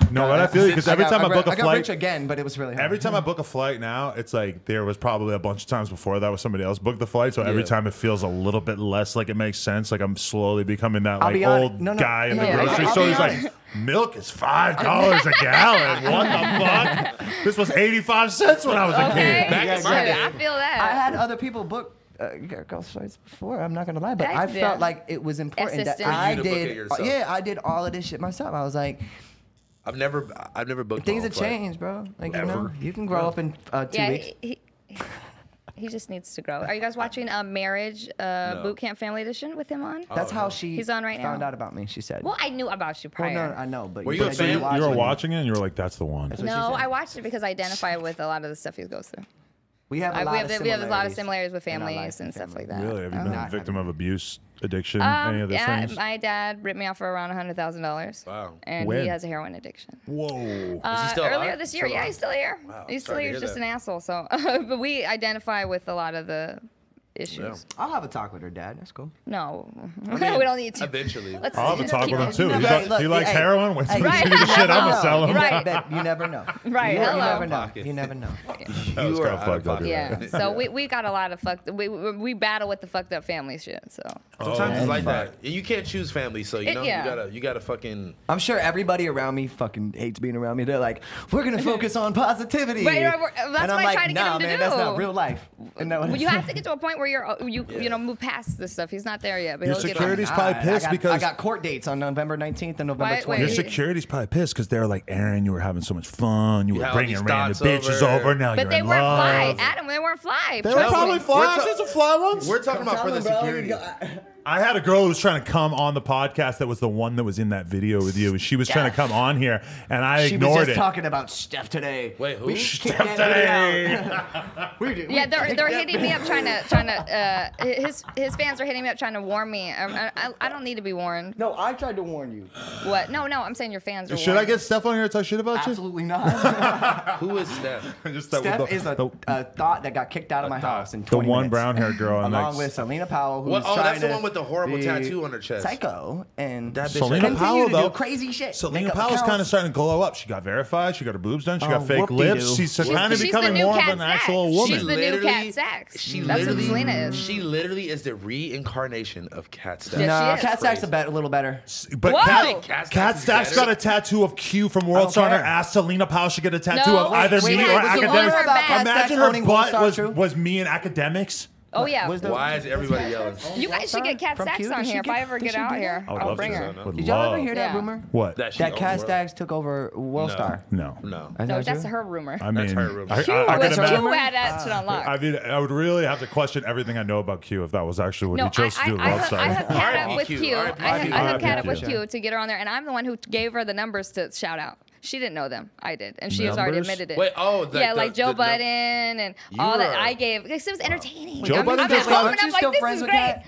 no, but I feel you because every got- time I got- book a got rich flight, again, but it was really hard. Every time I book a flight now, it's like there was probably a bunch of times before that was somebody else booked the flight. So every Yeah. time it feels a little bit less like it makes sense. Like I'm slowly becoming that I'll like be hon- old no, no, guy in the no, I'll- grocery I'll store. be He's honest. like, milk is five dollars a gallon. What the fuck? This was eighty five cents when I was a Okay. kid. Back in Shit, my day. I feel that. I had other people book. Uh, girl sites before I'm not gonna lie, but That's- I felt yeah. like it was important that Assistant. For you I to book it did. yourself. Yeah, I did all of this shit myself. I was like, I've never I've never booked. my things own have flight. changed, bro. Like you know, Ever. you can grow up in uh, two yeah. weeks. He, he, he just needs to grow. Are you guys watching a marriage uh, No. boot camp family edition with him on? That's Oh, how no. she He's on right found now. out about me. She said. well, I knew about you Well, prior. no, I know, but Were you but a said fan? You were it. watching it and you were like, that's the one. what she no, said. I watched it because I identify with a lot of the stuff he goes through. We have a I, lot we, have, of the- we have a lot of similarities with in our families lives and and stuff like family. that. Really? Have you been a not victim of abuse, addiction, any of Um, those yeah, things? my dad ripped me off for around hundred thousand dollars. Wow. And When? he has a heroin addiction. Whoa. Uh, still earlier alive? this year, Still yeah, alive? he's still here. Wow, sorry he's to still here. hear He's just that. an asshole. So, but we identify with a lot of the issues. I'll have a talk with her dad. That's cool. No, we don't need to. Eventually. Let's I'll have a just talk keep with him it- too. He, Hey, li- look, he likes hey. heroin. Once he Right. sees the shit, I'm gonna No, sell you him. Right. never know. You never know. Right, You, you hello. never know. Pocket. You never know. That was You are kinda out fucked of up, pocket. Yeah. So we, we got a lot of fucked. We, we we battle with the fucked up family shit. So Sometimes Oh, it's like that. You can't choose family, so you It- know yeah. you gotta you gotta fucking. I'm sure everybody around me fucking hates being around me. They're like, we're gonna focus on positivity. Right, right, we're- that's and I'm what I like, tried to get nah, him to man, that's not do." real life. And that was- Well, you have to get to a point where you're uh, you Yeah. you know move past this stuff. He's not there yet, but Your he'll security's get probably God, pissed I got, I because- got court dates on November 19th and November Why- 20th. wait, Your he- security's probably pissed because they're like, Aaron, you were having so much fun. You were had all bringing these random thoughts bitches over." over. Now you're there. But they in weren't fly, love. Adam. They weren't fly. They were Trust me. probably flies. ta- There's some fly ones. We're talking about for the security. I had a girl who was trying to come on the podcast that was the one that was in that video with you. She was trying to come on here, and I She was ignored just it. talking about Steph today. Wait, who? We just kicked Steph that lady today. out. We did- we Yeah, they're, kicked they're that- hitting me up trying to trying to uh, his his fans are hitting me up trying to warn me. Um, I, I, I don't need to be warned. No, I tried to warn you. What? No, no, I'm saying your fans are. Should I warned. get Steph on here to talk shit about Absolutely not. Who is Steph? you? Just that Steph with the- is a, uh, the, a thought that got kicked out of my thought. house in the 20 one minutes, brown haired girl. and along like, with Selena Powell, who's What? Oh, trying that's to, the one with the horrible the- tattoo on her chest. Psycho and That bitch. Selena had- Continue Powell to do though, crazy shit. Selena Make up Powell's accounts. kind of starting to glow up. She got verified. She got her boobs done. She Oh, got fake whoop-de-doo. lips. She's, She's- kind of she's becoming the new more of Kat an Sachs. actual She's woman. the new literally- Kat Sachs. She That's what literally, Selena is. She literally is the reincarnation of Cat Stacks. Yeah, No, she is. Cat Stacks a bet, a little better. But Whoa. Kat, Kat Stacks Kat is Stacks better. got a tattoo of Q from World don't Star on her care. ass. Selena Powell should get a tattoo No. of either Wait, me wait, or was the one academics. about Kat Stacks Imagine her owning World butt Star was, too? was me and academics. oh yeah. Where's the- Why is everybody yelling? You guys should get Cat From Sachs Cute? on Did she here. If I get- ever did get she out get here, that? Oh, I would I'll love bring to. her. Would Did y'all ever love- hear that Yeah. rumor? What? she That owned Cat the world. Stacks took over World Star. no. No. I No, thought that's you- her rumor. I mean, her rumor. I, Q I, I, was could imagine- too bad at to unlock. I mean, I would really have to question everything I know about Q if that was actually what no, he chose I, to do. I, with I, World hook, Star. I hooked Kat up with RIP, Q. I RIP. hooked- I hooked Kat up with Yeah. Q to get her on there, and I'm the one who gave her the numbers to shout out. She didn't know them. I did, and she has already Numbers? admitted it. Wait, oh, the- yeah, the- like Joe the- the- Budden and You all that are- I gave because it was entertaining. Joe I'm, Budden I'm does at not- home and Aren't I'm you like, still this friends is with great. Kat?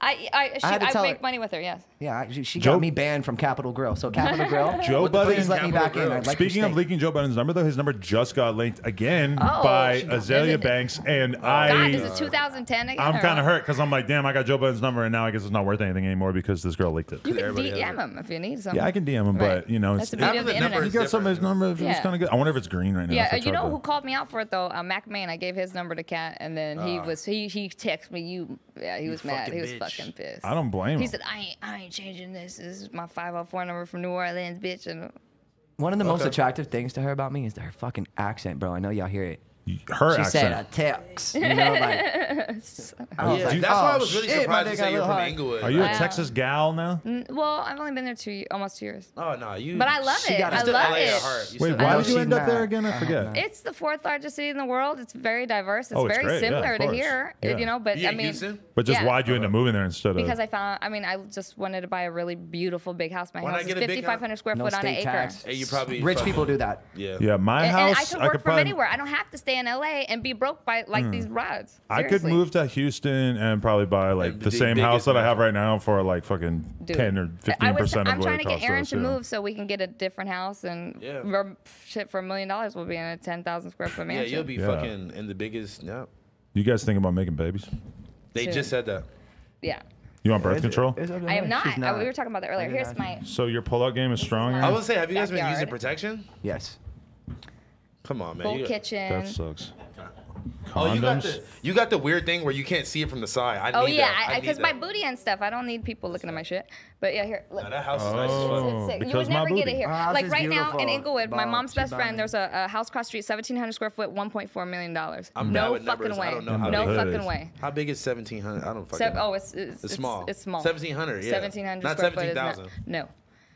I I, she, had to I, tell make her. money with her. Yes. Yeah, I- she, she Joe- got me banned from Capitol Grill. So Capitol Grill, Joe would you Budden- please let me Capitol back in. Grill. I'd like your Speaking of steak. leaking Joe Biden's number, though, his number just got linked again Oh, by she got Azalea visited. Oh, Banks, and God, is I, it 2010 again? I'm or kind of what? hurt because I'm like, damn, I got Joe Biden's number, and now I guess it's not worth anything anymore because this girl leaked it. You can Everybody has DM him if you need something. Yeah, I can DM him, Right. but you know, it's, That's the it, beauty Half of of the the internet. you numbers- got somebody's number. If it's Yeah. kind of good. I wonder if it's green right now. Yeah, if I you tried know that. who called me out for it though? Uh, Mac Man. I gave his number to Cat, and then he was he he texted me. You, yeah, he was mad. Ah. fucking He was bitch. fucking pissed. I don't blame He him. said, "I ain't I ain't changing this. This is my 504 number from New Orleans, bitch." And One of the most attractive things to her about me is her fucking accent, bro. I know y'all hear it. Her She said a accent. text. You know, like, I was Yeah, like, that's why I "Oh, was really shit, my surprised dick to got say a you're little from hard." Englewood. Are you a Wow. Texas gal now? Mm, well, I've only been there two almost two years, Oh no, you. but I love She it. got I us to love LA at heart. it. You Wait, said why LA. did you she's end up not. there again? I Uh, forget. no. It's the fourth largest city in the world. It's very diverse. It's Oh, it's very great. Yeah, similar of to course. here, it- Yeah. you know. But You I in mean, Houston? But just yeah. why'd you end up moving there instead of? Because I found, I mean, I just wanted to buy a really beautiful big house. My Why not house is get a big house? 5,500 square No foot on an state acre. tax. Hey, you probably rich fucking- people do that. Yeah. yeah, my And, and I house. could work could from probably- anywhere. I don't have to stay in LA and be broke by like these rods. I could Seriously. move to Houston and probably buy like And the, the same biggest house that I have mansion. right now for like fucking Dude. ten or I fifteen was, percent of I'm what trying it to get costs Aaron us, to yeah. move so we can get a different house and Yeah. rub- shit for a million dollars we'll be in a ten thousand square foot Yeah, mansion. you'll be Yeah. fucking in the biggest. Yeah. You guys think about making babies? They Soon. just said that. Yeah. You want birth control? I am not. I- we were talking about that earlier. did Here's not. my. So your pull-out game is strong. not- Aaron? I would say, have you guys been using Backyard. protection? Yes. Come on, man. Full you- kitchen. That sucks. Oh, you got Condoms. the you got the weird thing where you can't see it from the side. I Oh need yeah, that. I need because my that. booty and stuff. I don't need people looking at my shit. But yeah, here. Look. Nah, that house is nice as Oh. fuck. It's sick. You because would my never get booty. it here. Her house Like is right now in beautiful. Inglewood, my Bomb. mom's She best bomb. friend. There's a, a house cross street, 1,700 square foot, 1.4 million dollars. I'm bad no with numbers. fucking I way. don't know how no big it fucking is. way. How big is seventeen hundred? I don't fucking. Sev- know. oh, it's, it's, It's small. It's, small. 1700, yeah. 1700 Not square foot is 17,000. No,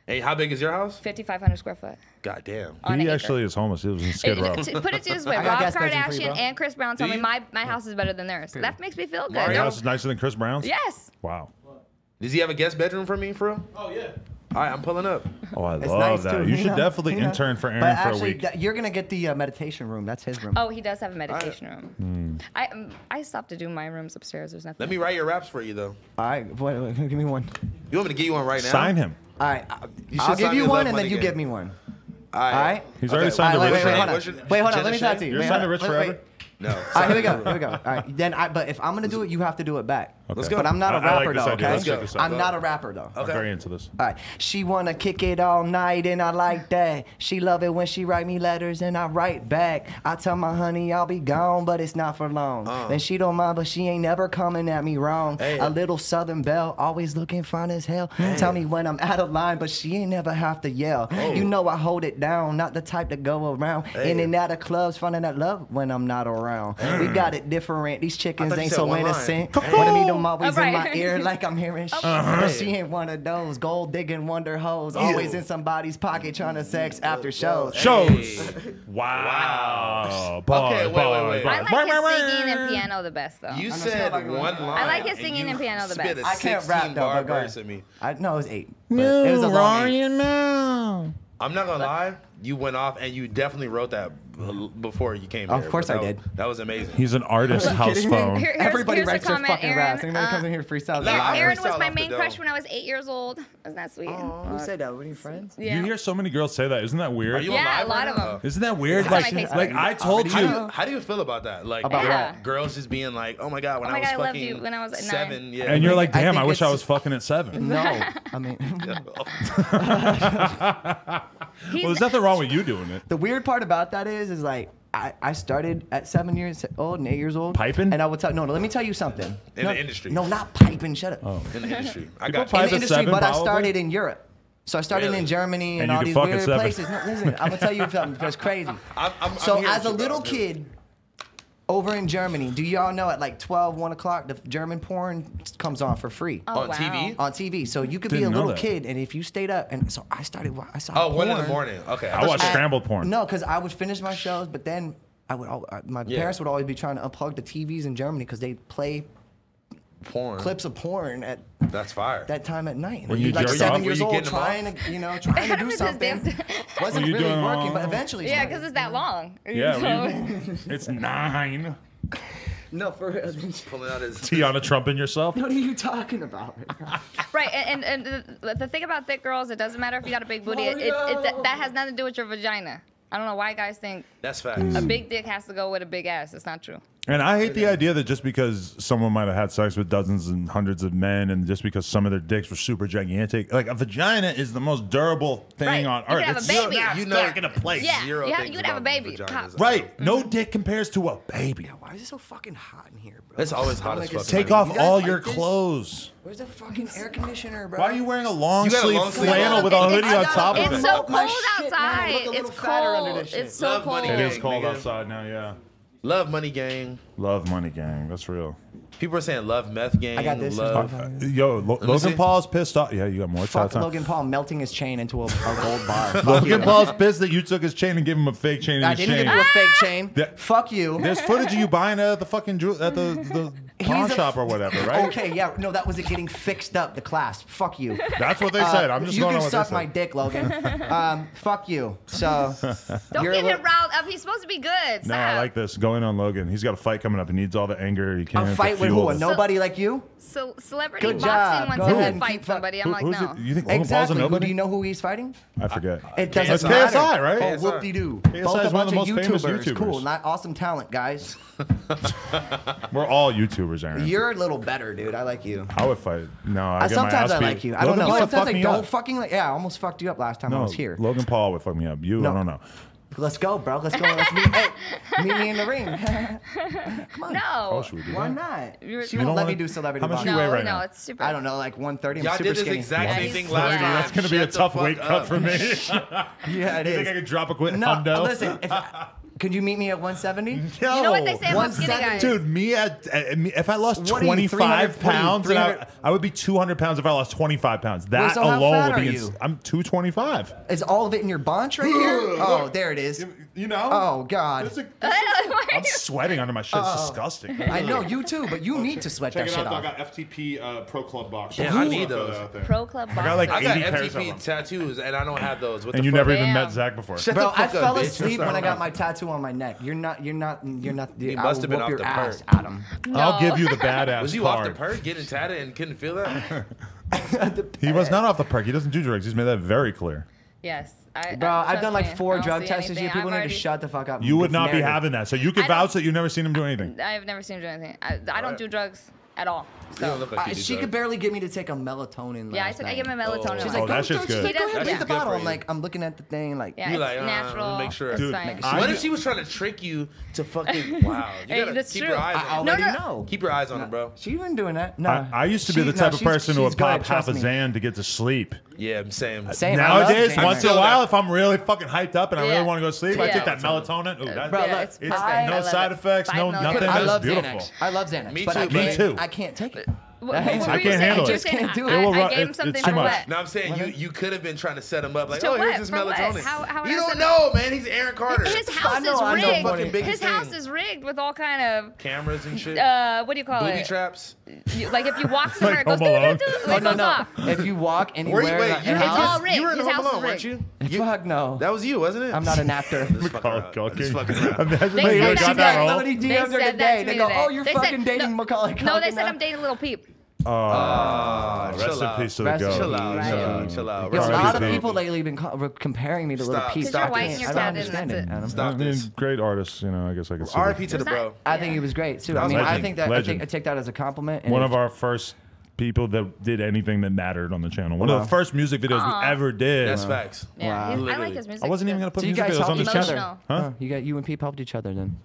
Hey, how big is your house? 5,500 square foot. God damn. On He an actually acre. is homeless. He was in Skid It- Row. to- put it to this way: I got Rob gas station for you, Kardashian bro. and Chris Brown tell Do me you? my, my house is better than theirs. That makes me feel good. Your Mario? No, house is nicer than Chris Brown's. yes. Wow. Does he have a guest bedroom for me, for real? Oh yeah. All right, I'm pulling up. Oh, I It's love nice that. too, You should know? definitely You know? intern for but Aaron for a actually, week. that- you're gonna get the uh, meditation room. That's his room. Oh, he does have a meditation Hmm. room. I um, I stopped to do my rooms upstairs. There's nothing. Let me write your raps for you though. All right, wait, wait, give me one. You want me to give you one right now? Sign him. All right, uh, You I'll should give sign you me one, Love and then Money you Gang. give me one. All All right. He's already Okay, signed to All right, Rich wait, wait, Forever. hold on. What's your- Wait, hold on. Jenna Let me talk to Shea? you. You're Wait, signed to hold Rich on. Wait, Forever. wait. No. All right, here we go. Here we go. All right, then I. But if I'm gonna do it, you have to do it back. Let's go. But I'm not a I- I like rapper this though. idea. Okay. Let's go. Let's go. I'm not a rapper though. I'm Okay. very into this. All right. Uh, She wanna kick it all night, and I like that. She love it when she write me letters, and I write back. I tell my honey I'll be gone, but it's not for long. And she don't mind, but she ain't never coming at me wrong. Uh. Hey. A little Southern belle, always looking fine as hell. Tell me when I'm out of line, but she ain't never have to yell. You know I hold it down, not the type to go around in Hey. and out of clubs, finding that love when I'm not around. We got it different. These chickens thought you ain't said so one line. innocent. One of me them always in my Alright. ear, like I'm hearing shit. But she ain't one of those gold digging wonder hoes. Always in somebody's pocket trying to sex after shows. Shows. Wow. Bars, Okay, wait, wait, bars, wait. bars. I like his singing and piano the best though. You said one line. I like his singing and piano the best. I can't rap though. Bar But go verse at ahead. me. I, no, it was eight. but it was a long eight. now? I'm not gonna lie. you went off and you definitely wrote that b- before you came Of here, course but that I Was, did. that was amazing. He's an artist house kidding me? phone. Here- here's- Everybody here's a writes their comment, fucking Aaron. raps. Anybody Uh, comes in here freestyles. Yeah, like, I Aaron freestyle was my off the main dome. crush when I was eight years old. Isn't that sweet? Who said that? Were Oh, you friends? Yeah. You hear so many girls say that. Isn't that weird? Are you Yeah, alive a lot right of now? 'em. Isn't that weird? on Like, my Facebook. like I told How do, you, you. how do you feel about that? Like About Yeah. what? girls just being like, "Oh my god, when Oh my I was God, I fucking loved you when I was at nine. seven, yeah, And you're like, I damn, I, think wish I it's- was fucking at seven. No. I mean, oh, Well, there's nothing wrong with you doing it. the weird part about that is, is like, I, I started at seven years old and eight years old. Piping? And I would tell, no, let me tell you something. In no, the industry. No, not piping. Shut Oh. up. in the industry. I People probably got in Five the to industry, seven, but I probably? started in Europe. So I started Really? in Germany And and, you all can these fuck at weird seven. places. No, listen, I'm gonna tell you something that's crazy. I'm- I'm- I'm so here as with a you, little though, dude. kid, over in Germany, do y'all know at like 12, 1 o'clock, the German porn comes on for free. Oh, on wow. TV. On TV, so you could be a Didn't know little that. kid, and if you stayed up, and so I started. wa- I saw. Oh, one in the porn. morning. Okay, I watched Uh, I- scrambled porn. No, because I would finish my shows, but then I would. al- uh, My Yeah. parents would always be trying to unplug the TVs in Germany because they play porn. clips of porn at That's fire. that time at night. When When you you like jerk seven off? years Were you old, getting 'em trying to you know trying to do This damn- something, wasn't Were you really doing working, but all- eventually. Yeah, started. because it's that long. Yeah, So- well, you- it's nine. no, for real. Pulling out his. Tiana trumping yourself. What are you talking about? right, and, and, and the, the thing about thick girls, it doesn't matter if you got a big booty. Oh, it, it, it, no. that, that has nothing to do with your vagina. I don't know why guys think That's facts. a big dick has to go with a big ass. It's not true. And I hate the idea that just because someone might have had sex with dozens and hundreds of men, and just because some of their dicks were super gigantic, like a vagina is the most durable thing Right. on You could earth. have a it's baby. stuck- Yeah, it's you know- stuck in a place. Yeah, Mm-hmm. Zero you, ha- things you could have a about baby. vaginas. Cock. Right. No dick compares to a baby. Why is it so fucking hot in here, bro? It's always hot Don't as make it fuck. so- Take You off guys all like your this? clothes. Where's the fucking air conditioner, bro? Why are you wearing a long You got a sleeve long sleeve. flannel with a It's- hoodie on it's- top of It's it? so Look my cold shit, man. I outside. look a little It's fatter under cold. this shit. It's so Love cold. money It is Nigga. cold outside now, yeah. Love money gang. Love money gang. That's real. People are saying love meth gang. I got this. Love. Uh, yo, Lo- me Logan see. Paul's pissed off. Yeah, you got more Fuck time. Logan Paul melting his chain into a, a gold bar. Fuck you. Logan Paul's pissed that you took his chain and gave him a fake chain. in I his didn't chain. give you a fake chain. That- Fuck you. There's footage of you buying it at the fucking jewel at the, the He's pawn a- shop or whatever, right? Okay, yeah, no, that was it getting fixed up. The clasp. Fuck you. That's what they Uh, said. I'm just you going on can what they suck said. my dick, Logan. um, fuck you. So Don't You're a get him little- riled up. He's supposed to be good. Stop. No, I like this. Going on Logan. He's got a fight coming up. He needs all the anger he can. I'm to fighting with fuel who? A it. nobody like you? So celebrity Good boxing job. wants Go him ahead to and fight keep fu- somebody. I'm Who- like, who's no. it? You think Logan Paul's a Exactly. Who nobody? do you know who he's fighting? I forget. It That's doesn't KSI, matter. right? Oh, KSI. whoop de doo. KSI Both is one a bunch of of, the most famous YouTubers. Cool. YouTubers. Not awesome talent, guys. We're all YouTubers, Aaron. You're a little better, dude. I like you. I would fight. No, I get Uh, my ass sometimes I beat. like you. I Logan don't know. Paul would Sometimes fuck I me don't up. fucking like. Yeah, I almost fucked you up last time I No, was here. Logan Paul would fuck me up. You, I No. don't know. Let's go, bro. Let's go. Let's meet. Hey, meet me in the ring. Come on. Oh, No. should we do Why that? not? She You're- won't You don't let wanna- me do celebrity how much boxing. you weigh No, right now? no, it's super. I don't know, like 130. I'm Y'all super did this skinny. exact same Yeah, thing he's last flat. time. That's gonna be Shut a the tough fuck weight up. cut for me. Yeah, it You is. think I could drop a quick no, hundo? listen. If I, could you meet me at 170? Yo, You know what they say about skinny 170. guys? Dude, me at, at me- if I lost What are you, 25 300 what are you, pounds, and I, 300? I would be 200 pounds if I lost 25 pounds. That so how alone fat would be. are ins- you? I'm 225. Is all of it in your bunch right here? oh, there it is. You know? Oh God. It's a- I'm sweating under my shit. It's disgusting. Oh. I know you too, but you need to sweat that shit off. FTP uh, Pro Club box. Yeah, I need those. Pro club boxing. got, like, I got 80 pairs of them. FTP tattoos and I don't have those. What And the you fuck? never even Damn. met Zach before. Shut Bro, the I fuck up, fell bitch. asleep when I got my tattoo on my neck. You're not. You're not. You're not. You must have been off your the ass, perk. Adam. I'll No. give you the badass Was you off card. the perk, getting tatted, and couldn't feel that? He Uh, was not off the perk. He doesn't do drugs. He's made that very clear. Yes. I, Bro, I, I've done like four drug tests and this year. People need to shut the fuck up. You would not be Narrative. having that. So you could I don't- vouch that you've never seen him do anything. I have never seen him do anything. I, I don't do drugs at all. You So don't look like Uh, you do she drugs. could barely get me to take a melatonin. yeah, I last took. I night. give him melatonin. She's Oh, like, that "Don't shit's throw- she's good. like, go ahead, That's read the good for bottle. I'm you. like, I'm looking at the thing, like, yeah, You it's like, uh, natural. make sure. It's Dude, fine. I- What if she was trying to trick you to fucking wow? You Hey, gotta that's keep true. your eyes I on No, it. already no. know. Keep your eyes on it, bro. She wasn't doing that. No, I, I used to be She- the no, type of she's- person who would she's good, pop half trust a me. Xan to get to sleep. Yeah, I'm saying. Same. I love Nowadays, Xanax. once in a I while, feel if I'm really fucking hyped up and I Yeah. really want to go to sleep, I Yeah. take that melatonin. Ooh, that, Bro, it's, look, it's no perfect. I love side it. effects, Five no milligrams. nothing. Dude, I That's love beautiful. Xanax. Xanax. I love Xanax. Me but I too, Me can't- too. I can't take it. What, what were I you can't saying? handle You're it. saying Can't do I- it. It will I, ru- gave him it's- it's something too to much. let. No, I'm saying you you could have been trying to set him up like, To oh, what? here's this For what? melatonin. How- how would you I don't set know, man. He's Aaron Carter. His house know, I know is what rigged. it is. His house is rigged with all kind of Cameras and shit. Oh. uh, what do you call Booby it? traps. You- like if you walk somewhere, Like it goes. Home Alone? doo-doo-doo, it Oh, no, goes no. off. If you walk Were you, anywhere, wait, you were, like, your in It's all house, Home- rigged. you were in His Home house Alone, is weren't you? rigged. you? fuck no. That was you, wasn't it? I'm not an actor. Just fucking around. Call- call Just King. fucking around. Oh, Imagine They they said would've that got to that me. role. Somebody They DM'd her said that today. to They me go, today. "Oh, you're They fucking said- dating no, Macaulay No, they said Culkin I'm dating Little Peep. Ah, "Oh, Rest chill in out. peace to the Rest in goat. Chill out, Right. chill out, chill out. Yo, Rest in a lot peace, of baby. people lately have been co- re- comparing me to little Stop. Pete. Because you're I white can't- and you're I don't fat and understand that's it. it. Adam. I Stop mean, this. great artists, you know, I guess I could say. RIP to the bro. I I think he was great too. I was mean, I legend. think that I, Legend. think, I take that as a compliment. and One if- of our first people that did anything that mattered on the channel. One of Wow. the first music videos we ever did. That's facts. Wow. Yeah, he- I like Literally. his music. I wasn't even too. gonna put So you music guys videos on helped the each channel. other. Emotional. Huh? Oh, you got you and Peep helped each other then.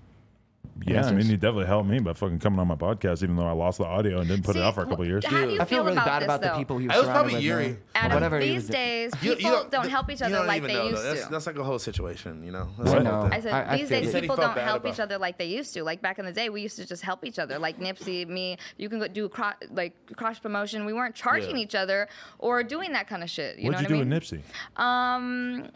Yeah, I Messages? mean, he definitely helped me by fucking coming on my podcast, even though I lost the audio and didn't put it out for a couple wh- years. How do ah, you I feel, really about bad this, about though? the people he was That was surrounded probably with, Yuri. man. Adam, Whatever he these was- days, You- you people don't, th- help each you other don't like even they know, though. used that's, to. That's like a whole situation, you know. I That's know. like I the- said I- I feel these you. days people He said he don't felt help bad each about- other like they used to. Like back in the day, we used to just help each other. Like Nipsey, me, you can go do cro- like cross promotion. We weren't charging Yeah. each other or doing that kind of shit. You What'd you know do what with I mean? Nipsey? Um,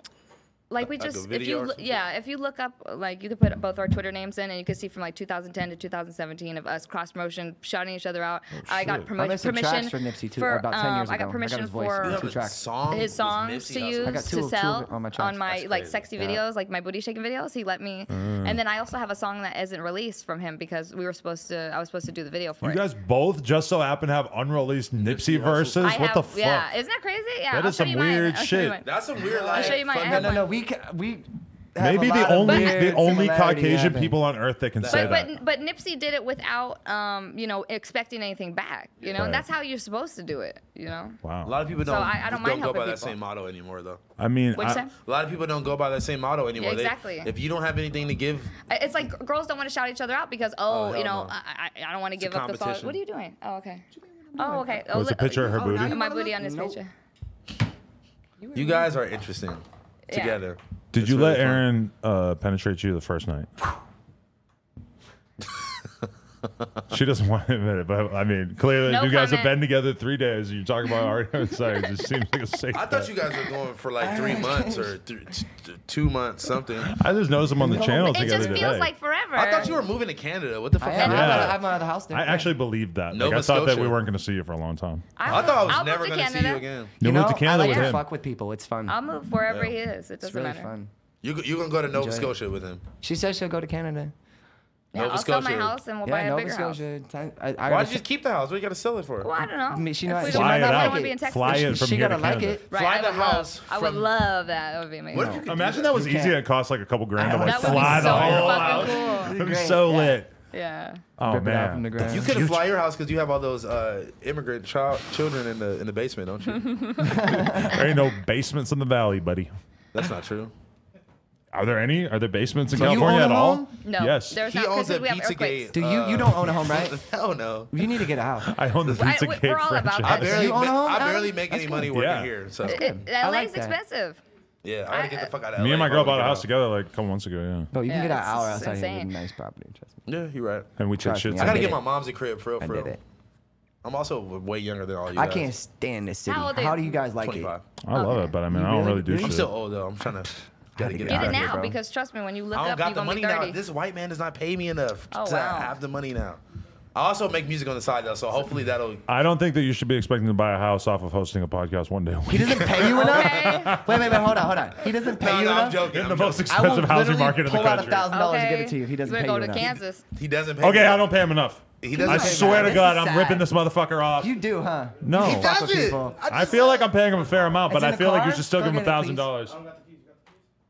like we Like a just if video you or loo- something? yeah if you look up like you could put both our Twitter names in and you could see from like 2010 to 2017 of us cross promotion shouting each other out. I got shit. promo- Oh, I made some permission um, tracks for Nipsey, too, about 10 years ago. I I got got permission his voice for You in have two a tracks. song his with songs Nipsey to Hussle. use got two to of- two of sell it on my on tracks. my That's like crazy. sexy Yeah. videos, like my booty shaking videos. He let me, and then I also have a song that isn't released from him because we were supposed to. I was supposed to do the video for You it. guys both just so happen to have unreleased Nipsey Hussle. verses? I What have, the fuck? Yeah, isn't that crazy? Yeah, That I'll is show some you mine. weird I'll show you shit. mine. That's some weird. I'll show you my fucking- I No, have no, one. no. We ca- we. have Maybe a the lot of only weird the only similarity, yeah, I Caucasian think. people on earth that can say But, that. but but Nipsey did it without um you know expecting anything back you know Right. that's how you're supposed to do it you know wow. A lot of people So don't, I- I don't mind don't go by helping that people. same motto anymore, though. I mean, What'd you I- say? A lot of people don't go by that same motto anymore. They- exactly. if you don't have anything to give, I- it's like g- girls don't want to shout each other out because oh, hell you know no. I, I, I don't want to a give up the solid competition. what are you doing oh okay oh okay oh, was a li- picture of her oh, booty? my booty on this Nope. picture you guys are interesting together. did It's you really let fun. Aaron uh, penetrate you the first night? she doesn't want to admit it, but I mean, clearly No you guys have been comment. together three days. and You talk about already sex. It seems like a safe. I bet. thought you guys were going for like three months or th- t- two months, something. I just noticed them on the channel it together just today. feels like forever I thought you were moving to Canada. What the fuck? I happened? am. Yeah. I'm, out of, I'm out of the house. There. I actually believed that. Like, Nova I thought that we Scotia. weren't going to see you for a long time. I'll- I thought I was I'll move never to gonna see you Canada. again. You, You know, went to I Canada like with to him. fuck with people. It's fun. I'll move wherever he is it it's doesn't really matter fun. You go- you gonna go to Nova Enjoy it. Scotia with him? She says she'll go to Canada. yeah, Nova I'll sell my Scotia. house and we'll buy yeah, a Nova bigger house Scotia. Ten- I, I Why already did you just keep the house? What you gotta sell it for? well I don't know I mean, she If not- we she don't- might I don't not wanna like be in it. Texas. Fly it from she here to gotta like Canada. it. Right, Fly I the would love- house I would from- love that that would be amazing What if you could do Imagine that was You easy and can't. it cost like a couple grand to know, like that it's would be fly so the whole fucking house. cool It'd be Great. so Yeah. lit. yeah Oh Rip it out from the man, ground. You could have fly your house because you have all those uh, immigrant child children in the in the basement, don't you? there ain't no basements in the valley, buddy. That's not true. Are there any? Are there basements in you California own at a all? home? no Yes. there's He not owns because a we have earthquakes Pizzagate. Do you? uh, You don't own a home, right? Hell no. You need to get a house. I own the I- Pizza we- Gate we're all about franchise. I that. barely, You own a ma- home, I Adam? barely make any money working Yeah. here, so It, I LA like is that. expensive. yeah, I gotta I- get the fuck out of Me LA and my if I girl wanna bought a get house out. together like a couple months ago, yeah. Bro, you Yeah, can get an it's hour just outside here insane. and get a nice property. Trust me. Yeah, you're right. And we took Trust me, shits. I I gotta did get it. my mom's a crib for real, I for did real. it. I'm also w- way younger than all you. I guys. can't stand this city. How old are How you? do you guys like 25. I love it, but I mean, I don't really do I'm shit. still old though. I'm trying to gotta get, get Get out it of here, now bro. because trust me, when you look I don't up, got you're the gonna money be now. thirty. This white man does not pay me enough Oh, to wow. have the money now. I also make music on the side though, so hopefully that'll. I don't think that you should be expecting to buy a house off of hosting a podcast one day. a it? He week. doesn't pay you enough. Okay. Wait, wait, wait. Hold on, hold on. He doesn't pay No, you no, I'm enough. joking. In I'm the most joking. I will expensive housing literally market in the pull out a country. thousand dollars and give it to you if he doesn't you pay better you go to enough. Kansas. He doesn't pay. Okay, me I enough. don't pay him enough. He doesn't. I pay me swear enough. to God, This is I'm ripping sad. this motherfucker off. You do, huh? No, fuck Does with it? people. I I just- feel like I'm paying him a fair amount, but It's in I the feel like you car? should still Go give him a get it, thousand please. dollars.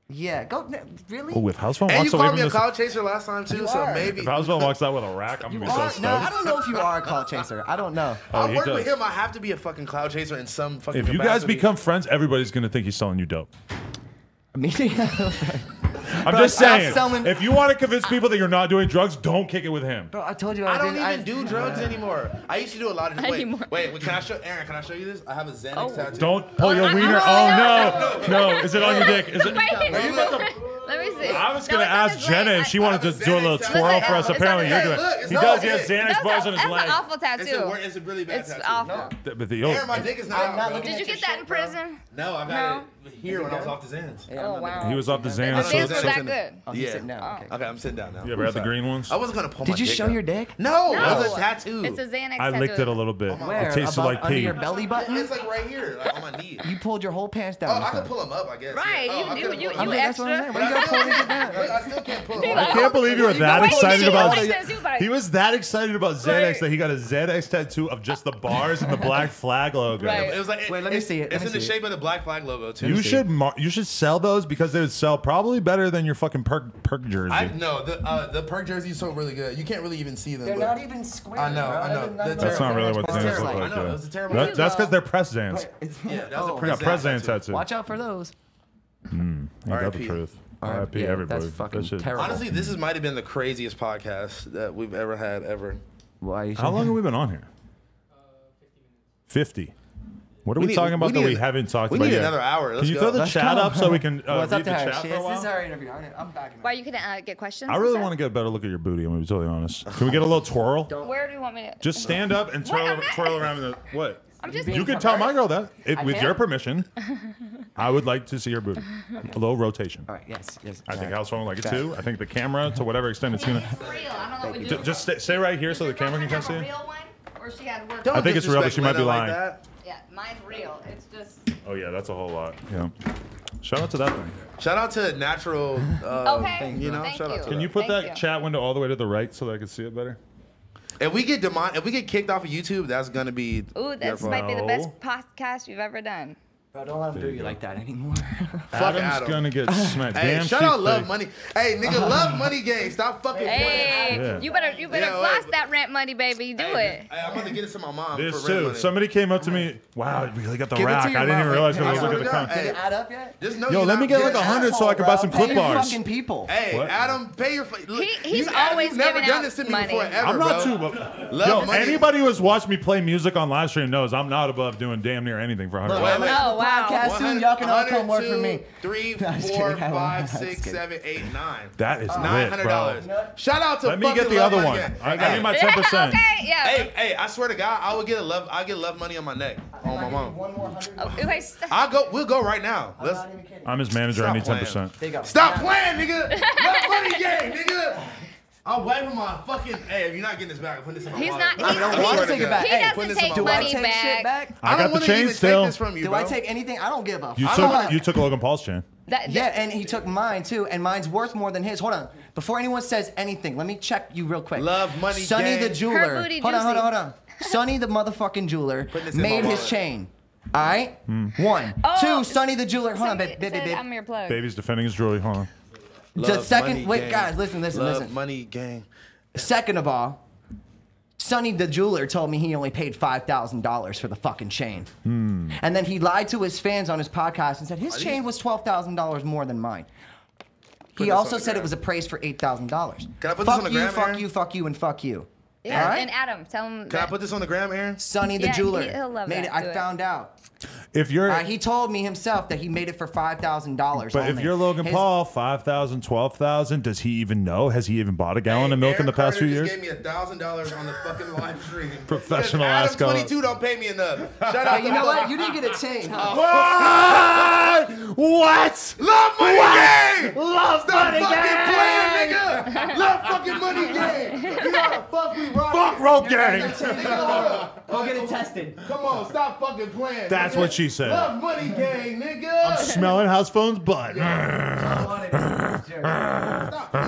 Yeah. Go. n- Really? If house phone And you walks away called from me a this, cloud chaser last time too, You so are. maybe. if house phone walks out with a rack, I'm gonna be so Are- stoked. no, I don't know if you are a call chaser. I don't know. Oh, I he work with does. him. I have to be a fucking cloud chaser in some fucking. If you guys capacity. become friends, everybody's gonna think he's selling you dope. I mean, I'm just I'm saying. selling- if you want to convince people that you're not doing drugs, don't kick it with him. bro, I told you I don't did- even do drugs anymore. I used to do a lot of. Wait, Anymore. wait, wait, can I show Aaron? Can I show you this? I have a Xanax Oh. tattoo. Don't pull your I- wiener. I- Oh no, no. Is it on your dick? Is it? Wait, you got the- let me see. it. I was No, gonna it's on ask his leg. Jenna if I- she wanted to Xanax do a little on his twirl leg. for us. It's on his Apparently, leg. you're doing Look, it. it's He not- does. He has it's- Xanax That's, bars a- on his that's leg. an awful tattoo. It's, a, wor- it's a really bad It's tattoo. awful. No, Th- But the Aaron, my old, dick is not I'm not out, bro. looking Did you at your get that shit, in bro. prison? No, I got No. it here when I was off the Xanax. Yeah, I'm Oh, not wow. looking- he was off the The Xanax. fans so- were so- that good. Oh, he's Yeah. sitting down. Okay. Okay, I'm sitting down now. You ever had the green ones? I wasn't gonna pull my Did you dick show out. your dick? No, No. it was a tattoo. It's a Xanax I tattoo. licked it a little bit. Where? It tasted Above- like under pee. your belly button? It's like right here, like on my knee. You pulled your whole pants down. Oh, or I can something. pull them up, I guess. Right, Yeah. Oh, I could've you- you- pulled you- them I'm up. like, that's what I'm saying. But I Why you extra. gotta pull still it can't- down? Look, I still can't pull them I up. like- can't believe you were that Wait, excited she about. always says you buy- He was that excited about Xanax Right. that he got a Xanax tattoo of just the bars and the black flag logo. Right. It was like, Wait, let me it's- see it. Let It's me in the see it. shape of the black flag logo too. You should mar- you should sell those because they would sell probably better than your fucking perk perk jersey. I no the uh, the perk jerseys so really good. You can't really even see them. They're but- not even square. I know, bro. I know. They're not That's That's even not really what square. Xanax look terrible. like. I know, though. it was a terrible That- tattoo. that's because they're press Xans. Yeah, that was a Oh. We got Xanax press Xans tattoo. tattoo. Watch out for those. You got the RIP. truth. RIP, R.I.P. yeah, Everybody. that's fucking That shit- terrible. Honestly, this is might have been the craziest podcast that we've ever had ever. Why? you How long have we been on here? Fifty. What are we, need- talking about we that need we an- haven't talked we about need yet? another hour. can Let's you go. throw the Let's chat go. up so we can uh, What's read up the to her? chat Shit, for a This is while? our interview. I- I'm back. Why you couldn't uh, get questions? I really want to get a better look at your booty. I'm gonna be totally honest. Can we get a little twirl? to. Where do you want me to? Just stand up and What? twirl, I'm not- twirl around in the what? I'm just. You can tell my girl that if, I with can? your permission. I would like to see her booty. A little rotation. All right. Yes. Yes. I all think right. house phone like it too. I think the camera to whatever extent it's gonna. It's real. I don't know what we J- do. Just stay, stay right here so the Does your camera can come see. girlfriend you. have a real one? Or she had work? Don't I think it's real, but disrespect she might be Lena like lying. that. Yeah, mine's real. It's just. Oh yeah, that's a whole lot. Yeah. Shout out to that thing. Shout out to Natural. Uh, Okay. you know, Thank shout out you. to Can you put Thank that you. chat window all the way to the right so that I can see it better? If we get demon, if we get kicked off of YouTube, that's gonna be. Ooh, their this fault. might be the best No. podcast you've ever done. Bro, don't let him do you you go. like that anymore. Fuck Adam's Adam. gonna get smacked. Hey, Damn, shout she out Love fake. Money. Hey, nigga, Love Money Gang. Stop fucking playing. Hey, Yeah. you better you better Yeah, wait, floss but- that rent money, baby. Do Hey, it. hey, I'm about to get this to my mom This for rent too. money. Somebody came up to me. Wow, you really got the Give it to rack. your I didn't mom, even right? realize because I Hey, was looking at the Adam, comments. hey. Did it add up yet? Just know Yo, you're let me not get good like at- 100 so I can buy some Pay clip your bars. Fucking people. Hey, What? Adam, pay your. Look, He- he's you- Adam, always you've never giving done out this to me money. before ever. I'm not bro. too. Love Yo, money. anybody who's watched me play music on live stream knows I'm not above doing damn near anything for 100. Wait, bucks. wait. Oh wow. Podcast soon. Y'all can all come work for me. 3, No, I was 4, kidding. I five, was six, kidding. seven, eight, nine. That is Nine lit, hundred bro. dollars. Shout out to Let me get fucking the Love other Money one. Gang. I I need my Yeah, 10%. okay. Yeah. Hey, hey, I swear to God, I would get a love. I get love money on my neck, on my mom. One more hundred. Okay, st- I will go. We'll go right now. Let's Not even kidding. I'm his manager. I Stop need playing. 10%. There you go. stop playing, nigga. Love money gang, nigga. I'm wiping my fucking. Hey, if you're not getting this back, I'm putting this in my He's wallet. I not- don't he's- want He doesn't to take it back. he hey, put doesn't this in take my Do I wallet. money take shit back. back? I I got don't the want to chain even take still. this from you, Do bro. I take anything? I don't give a. You fuck. took you took Logan Paul's chain. That, that, Yeah, and he took mine too, and mine's worth more than his. Hold on. Before anyone says anything, let me check you real quick. Love money, Sonny gang. the Her jeweler. booty hold on, hold on, juicy. hold on. Sonny the motherfucking jeweler this in my made his wallet. chain. All right? One. Oh, Two, Sonny the jeweler. Hold on, somebody babe, babe, said babe, I'm babe. your plug. Baby's defending his jewelry. Hold on. The second, wait, guys, listen, listen, love listen. money gang. Second of all, Sonny the jeweler told me he only paid $5,000 for the fucking chain. Hmm. And then he lied to his fans on his podcast and said his chain was $12,000 more than mine. Put He this on also the said it gram. was appraised for $8,000. Can I put this fuck on the you, gram, fuck Aaron? you, fuck you, and fuck you. Yeah, All right? and Adam, tell him. Can I that. put this on the gram, Aaron? Sonny the Yeah, he- jeweler he'll love made that. it. I Do it. found out. If you're Uh, he told me himself that he made it for $5,000. But if only. you're Logan His- Paul, 5,000, 12,000, does he even know? Has he even bought a gallon Hey, of milk Aaron in the past Carter few years? Just gave me a thousand dollars on the fucking live stream. Professional Because ass Adam guy. Twenty two don't pay me enough. Shout out Hey, to you know what? fucking- You didn't get a chain. huh? What? What? Love money game. Love Stop that fucking again! playing, nigga. Love fucking money game. You know how the fuck we rock. Fuck rope gang! Go get it tested. Come on, stop fucking playing. That's nigga. what she said. Love money game, nigga. Smelling house phone's butt. Stop playing,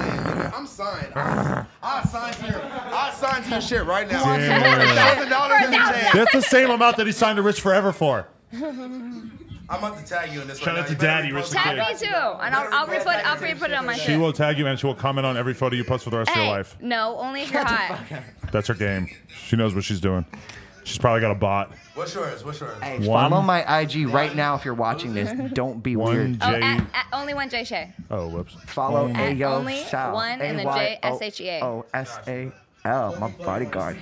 nigga. I'm signed. I, I signed to your. I signed to your shit right now. Damn. Thousand dollars in the chain. That's the same amount that he signed to Rich Forever for. I'm about to tag you in this. Shout right out now. to You better Daddy, repost Rich the it. Kid. Tag me too, and I'll I'll re-put I'll re-put it on my She shit. will tag you and she will comment on every photo you post for the rest of Hey, your life. no, only if you're hot. That's her game. She knows what she's doing. She's probably got a bot. What's yours? What's yours? Hey, One. follow my IG right now if you're watching this. Don't be One weird. Oh, J. at, at only one J Shay. Oh, whoops. Follow One- Ayo only Sal. one and then J S H E A. Oh, S A L. My bodyguard.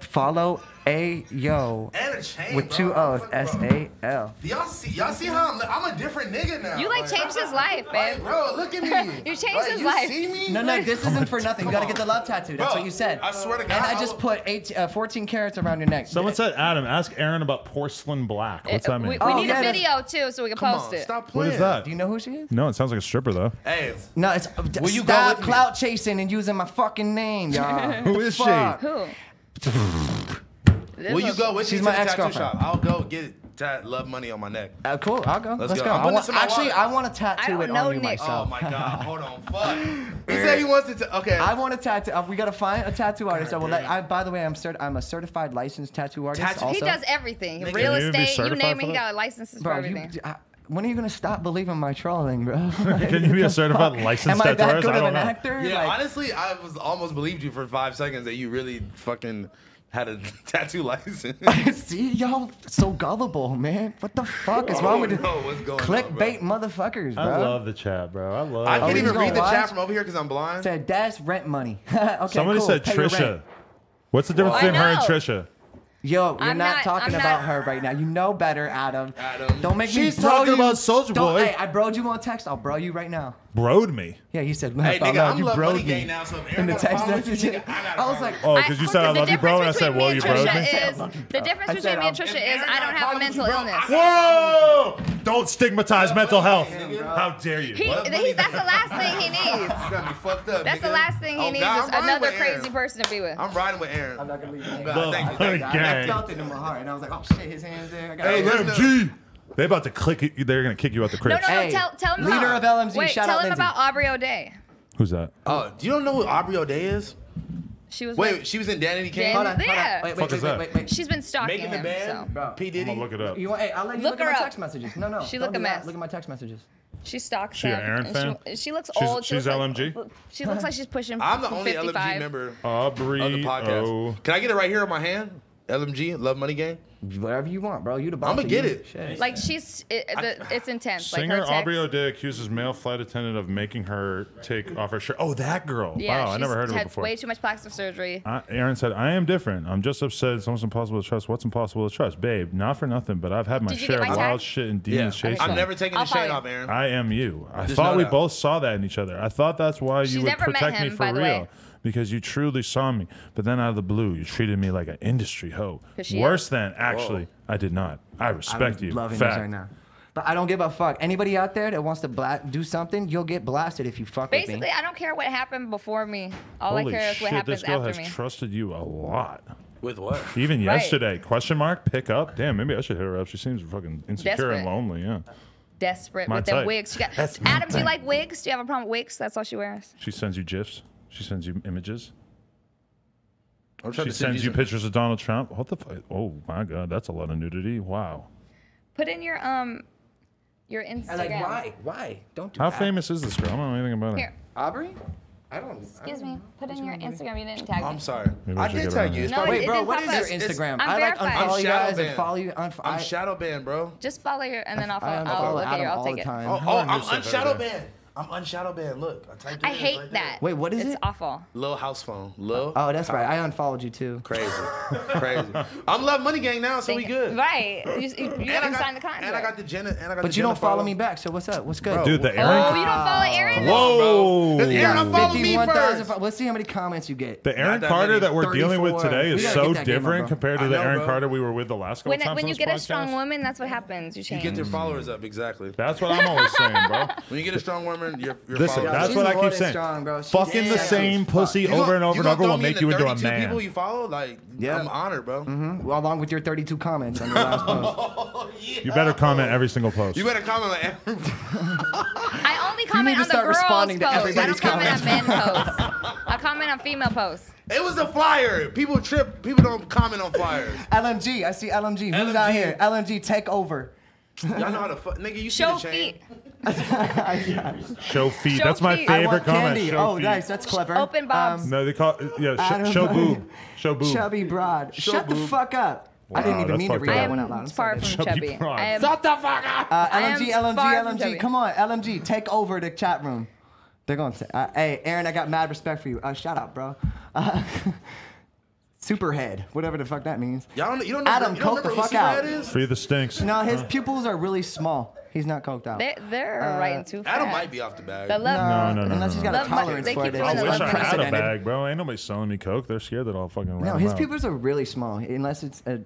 Follow A Yo And a chain, with bro. two O's. Fuck, bro. S A L. Do Y'all see, y'all see how I'm, li- I'm a different nigga now. You like changed his Like, life, babe. bro, look at me. You changed Like, his you life. See me? No, no, this isn't for nothing. You gotta on. get the love tattoo. That's Bro, what you said. I swear to God, And I I just will- put eight, uh, 14 carats around your neck. Someone said, Adam, ask Aaron about porcelain black. What's that Uh, We, we mean? Oh, need yeah, a that's- video too, so we can Come post on, it. stop playing. What is that? Do you know who she is? No, it sounds like a stripper though. Hey, No, it's Will you go stop with me? clout chasing and using my fucking name, y'all. Who is she? Fuck. Who? will you go with She's me to my the tattoo ex-girlfriend. shop? I'll go get tat- love money on my neck. Uh, cool, I'll go. Let's, Let's go. go. I'm I putting want, this in my actually, wallet. I want a I tattoo don't it know, on you Nick. Oh myself. my God, hold on, fuck. He said he wants it to. Okay. I want a tattoo. Uh, we gotta find a tattoo artist. I will let. I, by the way, I'm cert- I'm a certified licensed tattoo artist. Tattoo- Also, he does everything. Nigga, Real Can you be estate, you certified name for it. He that? got licenses for bro. You, everything. I, when are you gonna stop believing my trolling, bro? Can you be a certified licensed Am I tattoo that artist? good I of don't an know. actor? yeah, Like, honestly, I was almost believed you for five seconds that you really fucking had a tattoo license. See, y'all so gullible, man. What the fuck is wrong Oh, with you? no, what's going on, Clickbait motherfuckers, bro. I love the chat, bro. I love. I it. Oh, can't he's even gonna read the watch? chat from over here because I'm blind. Said that's rent money. okay, Somebody cool. said Pay your Trisha. rent. What's the difference Well, I between her and know. Trisha? Yo, you're I'm not, not- talking I'm about not- her right now. You know better, Adam. Adam. Don't make me She's bro talking you. about Soulja Don't- Boy. Hey, I broed you on text. I'll bro you right now. Broed me. Yeah, you said, Hey, I nigga, love I'm you Love bro Money Gang now, so if in Aaron the got a text problem with message. you, nigga, I got a I was problem like, with Oh, because you I- said I the love you, bro, and I difference said, between well, me you and broed Trisha me. Is, the difference I said, between me and um, Trisha if is Aaron I got don't a have a problem with you, mental bro, I illness. got- Whoa! Don't stigmatize mental health. Yeah, How dare you? He, What? he, that's the last thing he needs. You got me fucked up. That's the nigga. last thing he Oh, needs God, is I'm riding another with Aaron. crazy person to be with. I'm riding with Aaron. I'm not gonna leave. you. God, thank you, thank you. Love I gang. felt it in my heart, and I was like, oh shit, his hands there. I got Hey, it. look- LMG. They about to click. You, they're gonna kick you out the no, crib. no, no. Hey, tell, tell him. leader about, of LMZ, Wait, shout tell out him Lindsay. about Aubrey O'Day. Who's that? Oh, do you don't know who Aubrey O'Day is? She was. Wait, with, she was in Danny Kane. Dan- Hold on, hold on. Yeah. Wait, Fuck wait, is wait, that? wait, wait, wait. she's been stalking Making the him. band. So Bro. P I'm Diddy. gonna look it up. You want? Hey, I'll let you Look look, at her my up. text messages. No, no. She don't do look a that. mess. Look at my text messages. she stalks She an him. Aaron and fan? She, she looks She's- old. she she's looks LMG? Like, she looks like she's pushing. I'm the only 55. LMG member Aubrey. of Oh, the podcast. O. Can I get it right here in my hand? LMG, Love Money Gang. Whatever you want, bro. You the boss. I'ma of get you. it. Shit. Like she's. It, the, it's intense. Singer like her Aubrey text- O'Day accuses male flight attendant of making her take off her shirt. Oh, that girl. Yeah, wow, I she's never heard of her had before. Way too much plastic surgery. I, Aaron said, "I am different. I'm just upset. It's almost impossible to trust. What's impossible to trust, babe? Not for nothing, but I've had my Did you share get of my wild tag? shit and demons Okay, chasing. I'm cool. me. never taking I'll the shit follow off, you. Aaron. I am you. I Just thought know we that. both saw that in each other. I thought that's why you She's would never met protect me him, for by real, the way. because you truly saw me. But then out of the blue, you treated me like an industry hoe. 'Cause she Worse than actually, I did not. I respect I'm you. Loving Fact. this right now. But I don't give a fuck. Anybody out there that wants to bla- do something, you'll get blasted if you fuck with Basically, me. I don't care what happened before me. All Holy I care is shit! what happens This girl after has me. trusted you a lot. With what? Even Right. yesterday, question mark, pick up. Damn, maybe I should hit her up. She seems fucking insecure and Desperate. lonely. Yeah, Desperate My with them type. wigs. She got That's my Adam. Do you type. like wigs? Do you have a problem with wigs? That's all she wears. she sends you gifs. She sends you images. I'm trying She to send sends you some- pictures of Donald Trump. What the? Fu- oh my God, that's a lot of nudity. Wow. Put in your um, your I Instagram. like why? Why? Don't do How that. famous is this girl? I don't know anything about her. Here, Aubrey? I don't. excuse me. Put in your Instagram. You didn't tag me. I'm sorry. Maybe we I should did get her on tag you. here. It's No, probably- Wait, It bro, didn't what pop is up. your It's- it's- Instagram? I'm I like verified. unfollow I'm you guys shadow and banned. follow you. Unf- I'm I- shadow banned, bro. Just follow your, and then I'll I follow. unfollow Uh, I'll look at Adam your. I'll all take the it. time. Oh, oh I knew I'm stuff unshadow every day. banned. I'm unshadow banned. Look, I typed it I in, it's hate right there. that. Wait, what is it's it? awful. Lil house phone. Lil. Oh, that's right. I unfollowed you too. Crazy, crazy. I'm Love Money Gang now, so we Thank- good. Right. You, you, you And I haven't got- signed the contract. And I got the Jenna. And I got the But you don't Jenna follow me back, so what's up? What's good? Bro, Dude, the Oh, Aaron. oh, you don't follow Aaron. Whoa. Bro. Whoa. Aaron, I'm following me 51,000 first. fo- Let's see how many comments you get. The Aaron that Carter many. that we're dealing with 34. today We is gotta so get that game different up, bro. compared to I the know, Aaron bro. Carter we were with the last couple When, times when on you this get a podcast. strong woman, that's what happens. You You change. get your followers up exactly. That's what I'm always saying, bro. When you get a strong woman, you're, you're Listen, followers. that's she's what I more keep than saying. strong, bro. She's Fucking the sexy same as pussy You over gonna- and over you and gonna over throw will me make the you into a 32 man. People you follow, like Yeah. I'm honored, bro. Well, hmm, along with your 32 comments on the last post. Oh, You better comment every single post. You better comment like every I only comment to on the start girls' responding to posts. I everybody's don't comment on men posts. I comment on female posts. It was a flyer. People trip. People don't comment on flyers. LMG, I see LMG. Who's out LMG. here? LMG, take over. Y'all know how to fuck, nigga. You see Show the chain. feet, show feet. Show That's my feet. I I favorite want comment. candy. Show Oh, feet. nice. That's clever. open bobs. Um, No, they call yeah. Adam Sh- show Bryan. boob. Show boob. Chubby broad. Shut the boob. fuck up. I didn't Wow, even that's mean to fucked read up. that I one am out loud. I'm far sorry, from bitch. Chubby chubby. broad. I am, Shut the fuck up. Uh, I am LMG, LMG, far from LMG. chubby. Come on, LMG, take over the chat room. They're going to. Uh, hey, Aaron, I got mad respect for you. Uh, shout out, bro. Uh, superhead, whatever the fuck that means. Y'all don't, you don't know, Adam, you don't coke the remember who fuck out. Superhead is? Free the stinks. No, his pupils are really small. He's not coked out. They, they're Uh, writing too fast. Adam might be off the bag. The level. No, no, no, no, Unless he's got no. a Love- tolerance they for keep I it. putting It's the wish I level had a unprecedented. bag, bro. Ain't nobody selling me coke. They're scared that I'll fucking run No, them his out. pupils are really small, unless it's a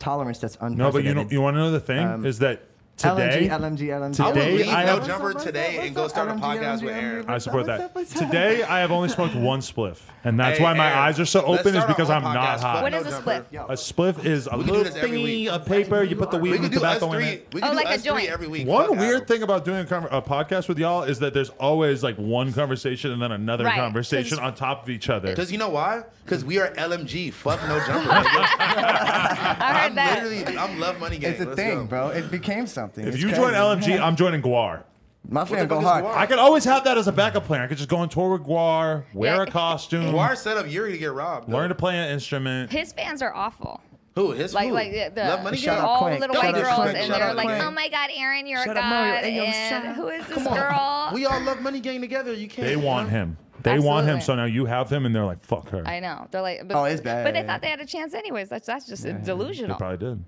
tolerance No, that's but you unprecedented. know, you want to know the thing is that today LMG, LMG, LMG. I would Today, leave I No have- Jumper today and go start a podcast with Aaron. I support that. Today, I have only smoked one spliff, and that's Hey, why my Aaron, eyes are so let's open. Is start our because own I'm not podcast. Fuck high. What No is a Jumper. split? A spliff is a can do little this every thingy week. of paper. You put the weed We and can do us tobacco in three. it. We Oh, can like do a us three joint. every week. One Fuck weird Adam. thing about doing a, conver- a podcast with y'all is that there's always like one conversation and then another Right, 'cause conversation it's- on top of each other. Cause you know why? Cause we are LMG. Fuck no jumper. nigga. I heard I'm that. literally, I'm love money game. It's a Let's thing, go. bro. It became something. If It's you crazy. join LMG, I'm joining Guar. my fan the go fuck is hard. Guar? I could always have that as a backup plan. I could just go on tour with Guar, wear a Yeah. costume, Guar set up Yuri to get robbed. though. learn to play an instrument. His fans are awful. who? His Like, who? like the, the love money they're game. Shout out all Quake. little Shout white out girls, Quake. and Shout they're out like, Quake. "Oh my God, Aaron, you're Shout a out god." Mario. Hey, yo, shout out. and who is this Come on. girl? We all love money gang together. You can't. They want him. They want him. Absolutely. So now you have him, and they're like, "Fuck her." I know. They're like, but, Oh, it's bad. But they thought they had a chance anyways. That's that's just They delusional, probably did.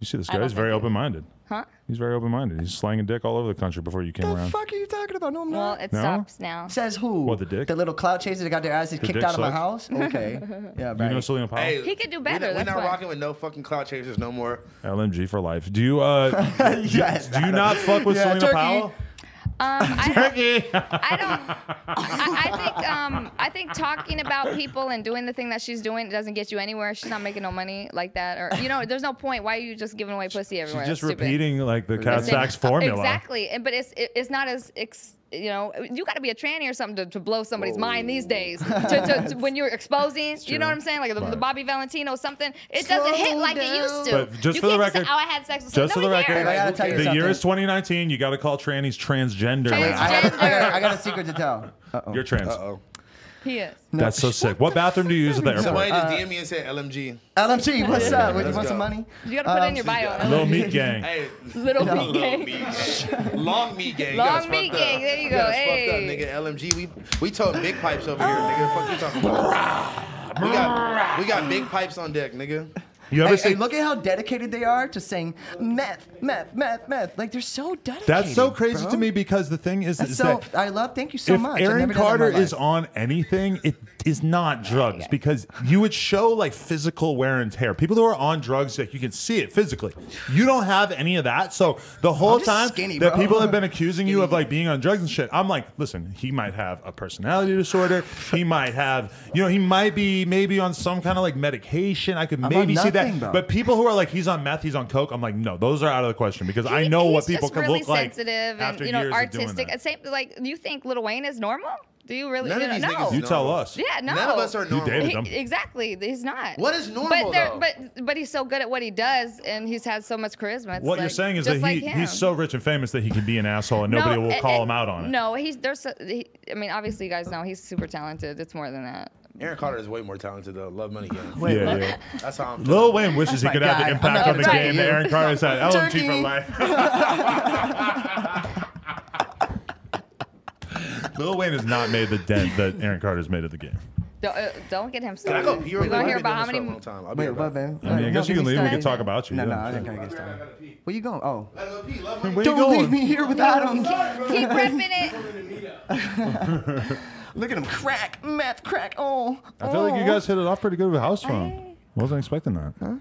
You see, this I guy don't is very think it- open minded. huh? He's very open minded. He's slanging dick all over the country before you came What the around. fuck are you talking about? No, I'm Well, not. it No? stops now. Says who? What, the dick? The little clout chaser that got their asses kicked dick out of my sucks? house? Okay. Yeah, You know right. Selena Powell? Hey, He could do we better, not- We're that's not why. rocking with no fucking cloud chasers no more. LMG for life. Do you uh Yes, do you Adam. not fuck with Yeah, Selena turkey. Powell? Um, I don't, I don't. I, I think. Um, I think talking about people and doing the thing that she's doing doesn't get you anywhere. She's not making no money like that, or you know, there's no point. Why are you just giving away pussy She's everywhere? just That's stupid. repeating like the Cat The same- Sachs formula. Exactly, and- but it's it- it's not as ex, you know you got to be a tranny or something to, to blow somebody's mind Oh. these days. to, to, to- when you're exposing, true. you know what I'm saying? Like the, the Right. Bobby Valentino something, it doesn't hit Slow like it used to. But just you for the can't say, record- oh, I had sex with Just for the someone." record, Nobody I cares. gotta tell you the year something. is 2019. You got to call trannies transgender. I now. got, I, got, I got a secret to tell. Uh-oh. You're trans. Oh, He is. That's so sick. What bathroom do you use at the somebody airport? Uh, just DM me and said LMG. LMG, what's Yeah, up? What, you let's want go. some money? You gotta put it in your Um, bio. she's Little meat gang. Hey, Little Long meat gang. meat gang. Long meat gang. You Long got us meat fucked up. gang, there you go, got us hey. fucked up, nigga. LMG. We we told big pipes over here, nigga. Fuck you talking about. We got we got big pipes on deck, nigga. You ever Hey, see? hey, look at how dedicated they are to saying meth, meth, meth, meth. Like they're so dedicated. That's so crazy bro. to me because the thing is, That's is so that I love. Thank you so if much. I've Aaron never done that in my Carter is life. on anything, it is not drugs because you would show like physical wear and tear. People who are on drugs, like you can see it physically. You don't have any of that. So the whole just time skinny, that bro. people have been accusing you of like being on drugs and shit, I'm like, listen, he might have a personality disorder. He might have, you know, he might be maybe on some kind of like medication. I could on maybe see that. nothing, bro. But people who are like, he's on meth, he's on coke. I'm like, no, those are out of the question because I He- know what he's people just can really look like sensitive and after you know years of doing artistic. that. And Same like you think Lil Wayne is normal? Do you really? None you of know, these no. niggas. You know. tell us. Yeah, no. None of us are normal. dated. them. He, exactly, he's not. What is normal, But they're- though? but but he's so good at what he does, and he's had so much charisma. It's What you're like- saying is just that he, like him. he's so rich and famous that he can be an asshole and No, nobody will it- call it- him out on it. No, he's there's. so- He, I mean, obviously, you guys know he's super talented. It's more than that. Aaron Carter is way more talented though. Love money gang. Wait, yeah, what? yeah. That's how I'm. Lil Wayne wishes he my could have guy. the I'm impact not on the gonna game that try you. Aaron Carter's had. LMG for Turkey. life. Lil Wayne has not made the dent that Aaron Carter's made of the game. Don't, uh, don't get him Can I started. go pee We're really gonna quick? hear I've been about doing how this for a many. long time. I'll be Wait, right back. what, man? I mean, I guess you can leave. We can started. talk about you. No, no, yeah. I think I I get started. gotta pee. Where you going? Oh, I gotta go pee. Love money Where gang. you don't leave going? me here without him. Keep repping it. Look at him, crack, meth, crack. Oh, I feel like you oh. guys hit it off pretty good with House Phone. Wasn't expecting that.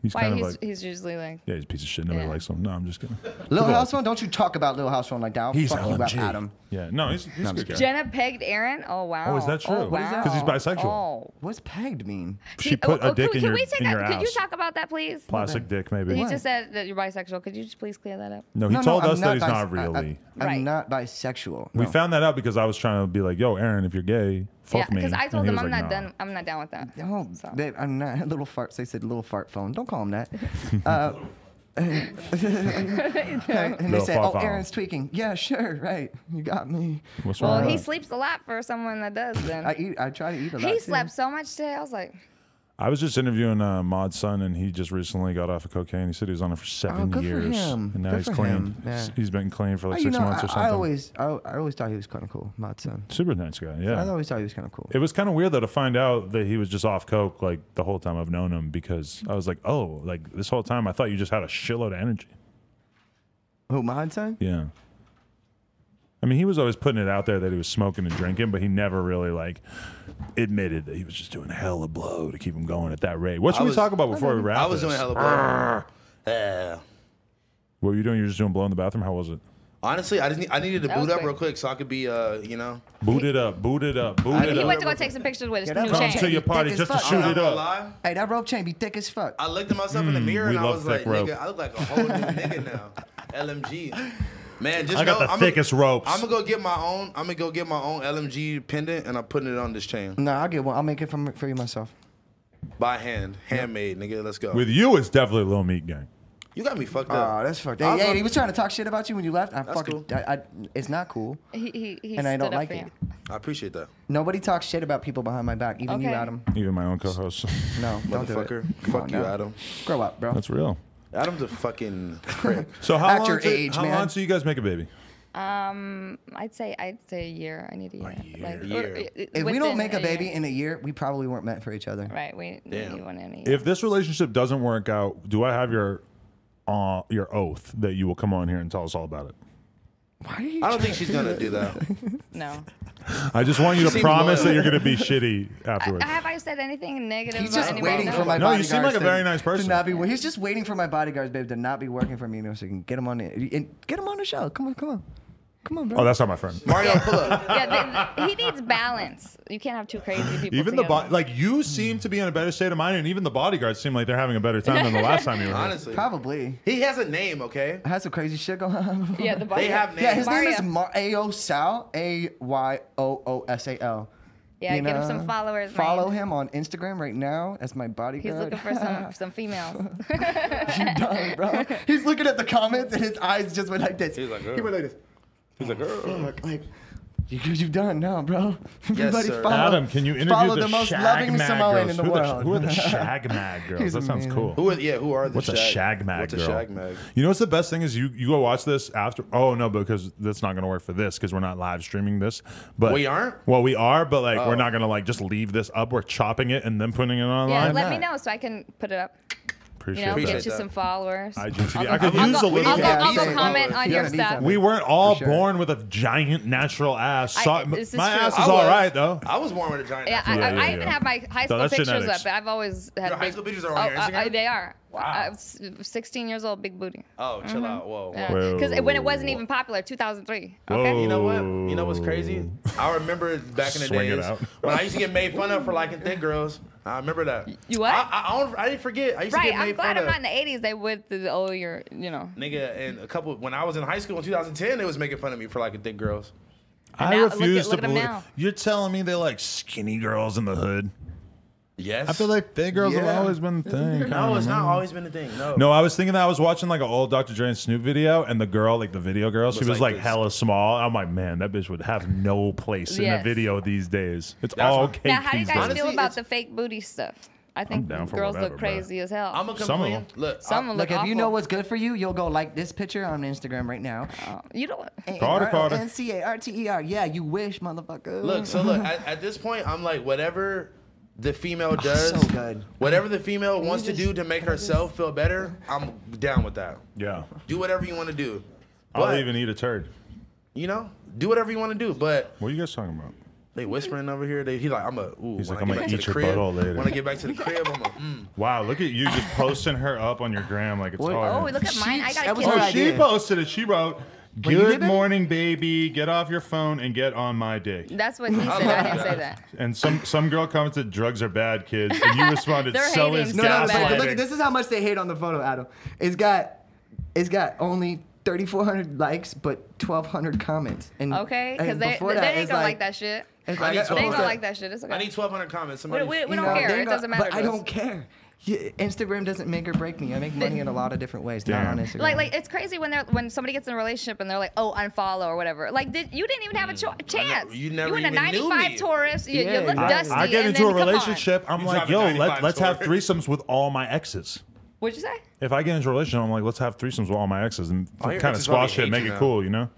He's Why kind of he's, like, he's usually like. yeah, he's a piece of shit. Nobody Yeah. likes him. No, I'm just kidding. Lil House Phone, don't you talk about Lil House Phone like that. I'll He's fuck you up, LMG. Adam. Yeah, no, he's, he's a good guy. Jenna pegged Aaron. Oh wow. Oh, is that true? Oh, What is wow. that? 'Cause he's bisexual. Oh. What's pegged mean? She He- put oh, a dick could, in could your we take in a- your Could you ass. talk about that, please? Plastic dick, maybe. He What? just said that you're bisexual. Could you just please clear that up? No, he No, no, told I'm us that he's bis- not I- I- really. I'm Right. not bisexual. We no. found that out because I was trying to be like, "Yo, Aaron, if you're gay, fuck yeah, me." because I And told he him was I'm like, not "Nah." done. I'm not down with that. Oh, So. babe, I'm not little farts. They said little fart phone. Don't call him that. uh, and they Little said, fart "Oh, phone. Aaron's tweaking." Yeah, sure, right. You got me. What's wrong well, with he that? sleeps a lot for someone that does. Then I eat. I try to eat a lot. he too. slept so much today. I was like, I was just interviewing uh, Maud's son, and he just recently got off of cocaine. He said he was on it for seven Oh, good for years, him. and now Good he's for clean. him. Yeah. Oh, He's been clean for like you six know, months I, or something. I always, I, I always thought he was kind of cool, my son. Super nice guy. I Yeah. always thought he was kind of cool. It was kind of weird though to find out that he was just off coke like the whole time I've known him because I was like, oh, like this whole time I thought you just had a shitload of energy. Who, my son? Yeah. I mean, he was always putting it out there that he was smoking and drinking, but he never really like admitted that he was just doing hella blow to keep him going at that rate. What should I we was- talk about before we wrap? I was this? doing hella blow. Yeah. What were you doing? You were just doing blow in the bathroom. How was it? Honestly, I just need, I needed to That boot was up quick. real quick so I could be uh you know. Boot it up. Boot it up. Boot it He up. went to go take some pictures with his Yeah, new that's Come chain. Shane. to your party Thick just to as fuck. shoot I'm not it gonna up. lie. Hey, that rope chain be thick as fuck. I looked at myself in the mirror Mm, we and I love was like, thick rope. nigga, I look like a whole new nigga now. LMG. Man, just I got know, the I'm thickest ropes. I'm gonna go get my own. I'm gonna go get my own LMG pendant and I'm putting it on this chain No, I'll get one. I'll make it from, for you myself. by hand, handmade, nigga. Let's go. With Ah, you, it's definitely Lil Meat Gang. you got me fucked Oh, up. that's fucked. I'll Hey, go- hey, he was trying to talk shit about you when you left. I fucking, cool. I, I, it's not cool. He, he, he And I stood don't up like for it. you. I appreciate that, Nobody talks shit about people behind my back, even you, Okay. Adam. Even my own co-host. No, don't do it. motherfucker. Come Fuck on you, now. Adam. Grow up, bro. That's real. Adam's a fucking prick. So how At long? your till- age, how man. long till you guys make a baby? Um, I'd say I'd say a year. I need a year. Like, A or- year. i- i- If we don't within make a year. baby in a year, we probably weren't meant for each other. right? We Damn. need one in a year. If this relationship doesn't work out, do I have your uh, your oath that you will come on here and tell us all about it? Why are you I don't think she's gonna do that. no, I just want you to seems promise that loyal. you're going to be shitty afterwards. have I said anything negative? He's about just anyone? waiting No. for my No, you bodyguards. seem like a to- very nice To person. not be, well, he's just waiting for my bodyguards, babe, to not be working for me, you know, so I can get him on the, and get him on the show. Come on, come on, come on, bro. oh, that's not my friend. Mario, pull up. Yeah, they, he needs balance. You can't have two crazy people. Even the bo- together. like you seem to be in a better state of mind, and even the bodyguards seem like they're having a better time than the last time you were here. Honestly, Probably. he has a name, okay? I had some crazy shit going on. yeah, the They have bodyguard. names. Yeah, his Mario. name is Mar- A-O Sal, A-Y-O-O-S-A-L. Yeah, You give him some know? followers, man. Follow him on Instagram right now. That's my He's bodyguard. looking for some some females. You dumb, bro. He's looking at the comments and his eyes just went like this. He's like, he went like this. He's like, "Ugh." Fuck, like, you, you done now, bro. sir. Adam, can you interview follow the, the most shag loving mad Samoan girls? in the who Are the, world. who are the shag mad girls? He's That sounds amazing. cool. who? Are, yeah, who are the What's a shag mag What's girl? a shag mag? You know what's the best thing is you you go watch this after. Oh no, because that's not gonna work for this because we're not live streaming this. But We aren't? Well, we are, but like we're not gonna like just leave this up. We're chopping it and then putting it online. yeah, let me not? know so I can put it up. You Appreciate know, that. get Appreciate you that. some followers. IGTV. I'll go- I could I'll use go- a little I'll go, bit. I'll go Yeah, comment yeah, on yeah, your yeah. stuff. We weren't all For sure. born with a giant natural ass. I- So- this is my true. ass is I was- all right though. I was born with a giant. Yeah, I, Yeah, I, yeah, I even yeah. have my high No, school that's pictures genetics. up. I've always had Your high big- school pictures are on oh, your uh, uh, Instagram? they are. Wow. 16 years old, big booty. Oh, Mm-hmm. chill out. Whoa. whoa. Because when it wasn't Whoa. even popular, 2003. Whoa. Okay. You know what? You know what's crazy? I remember back in the Swing it days out. when I used to get made fun of for liking thick girls. I remember that. you what? I, I, I, don't, I didn't forget. I used to Right. get made I'm glad fun I'm of. not in the 80s. They would the oh, you're you know. Nigga, and a couple when I was in high school in 2010, they was making fun of me for liking thick girls. I now- look at- refuse look to at 'em believe. now. You're telling me they like skinny girls in the hood. Yes. I feel like Mm-hmm. thick girls have Yeah. always been the thing. no, it's not always been a thing. No. No, I was thinking that I was watching like an old Dr. Dre and Snoop video, and the girl, like the video girl, she Looks was like like this. hella small. I'm like, man, that bitch would have no place in a Yes. video these days. It's That's all why- cake Now, how do you these guys days. Honestly, feel about it's- the fake booty stuff? I think down for girls whatever, look bro. crazy as hell. I'm a Some of complain. Look, Some I, look Look, if awful. you know what's good for you, you'll go like this picture on Instagram right now. Oh, you don't. Carter, Carter. N-C-A-R-T-E-R. E Yeah, you wish, motherfucker. look. So look, at, at this point, I'm like whatever the female Oh, does, so good. whatever the female wants to just- do to make herself feel better, I'm down with that. Yeah. Do whatever you want to do. I'll But- even eat a turd. You know, do whatever you want to do, but What are you guys talking about? They whispering over here. They, he like, I'm a. Ooh, He's like, when I "I'ma get back to eat the your crib, butthole later." When I get back to the crib, I'm like, mm. Wow, look at you just posting her up on your gram like it's What- hard. Oh, look at mine. I got that a was kid. Oh, her on- idea. she posted it. She wrote, you did "Good it? morning, baby. Get off your phone and get on my dick." That's what he said. I didn't say that. And some some girl commented, "Drugs are bad, kids," and you responded, They're "So hating is so bad." but gaslighting." look, this is how much they hate on the photo, Adam. It's got, it's got only 3,400 likes, but 1,200 comments. And Okay, and because they, they before that, ain't it's gonna like, that shit. it's I like- need They ain't Almost gonna that. like that shit. It's okay. I need 1,200 comments. We- Somebody, we, we You don't know, care. they It ain't gonna- doesn't matter. But to I us. don't care. Yeah, Instagram doesn't make or break me. I make money in a lot of different ways, not Damn. on Instagram. Like, like it's crazy when they're when somebody gets in a relationship and they're like, oh, unfollow or whatever. Like, did, you didn't even have a cho- chance. you Mm. never went a even knew 95 me. Taurus. You, Yeah, you look I- dusty. I get and into a then, come on. relationship, I'm You like, driving yo, 95 let, let's have story. threesomes with all my exes. What'd you say? If I get into a relationship, I'm like, let's have threesomes with all my exes and All your kind of exes probably squash it, hate make you it now. cool, you know?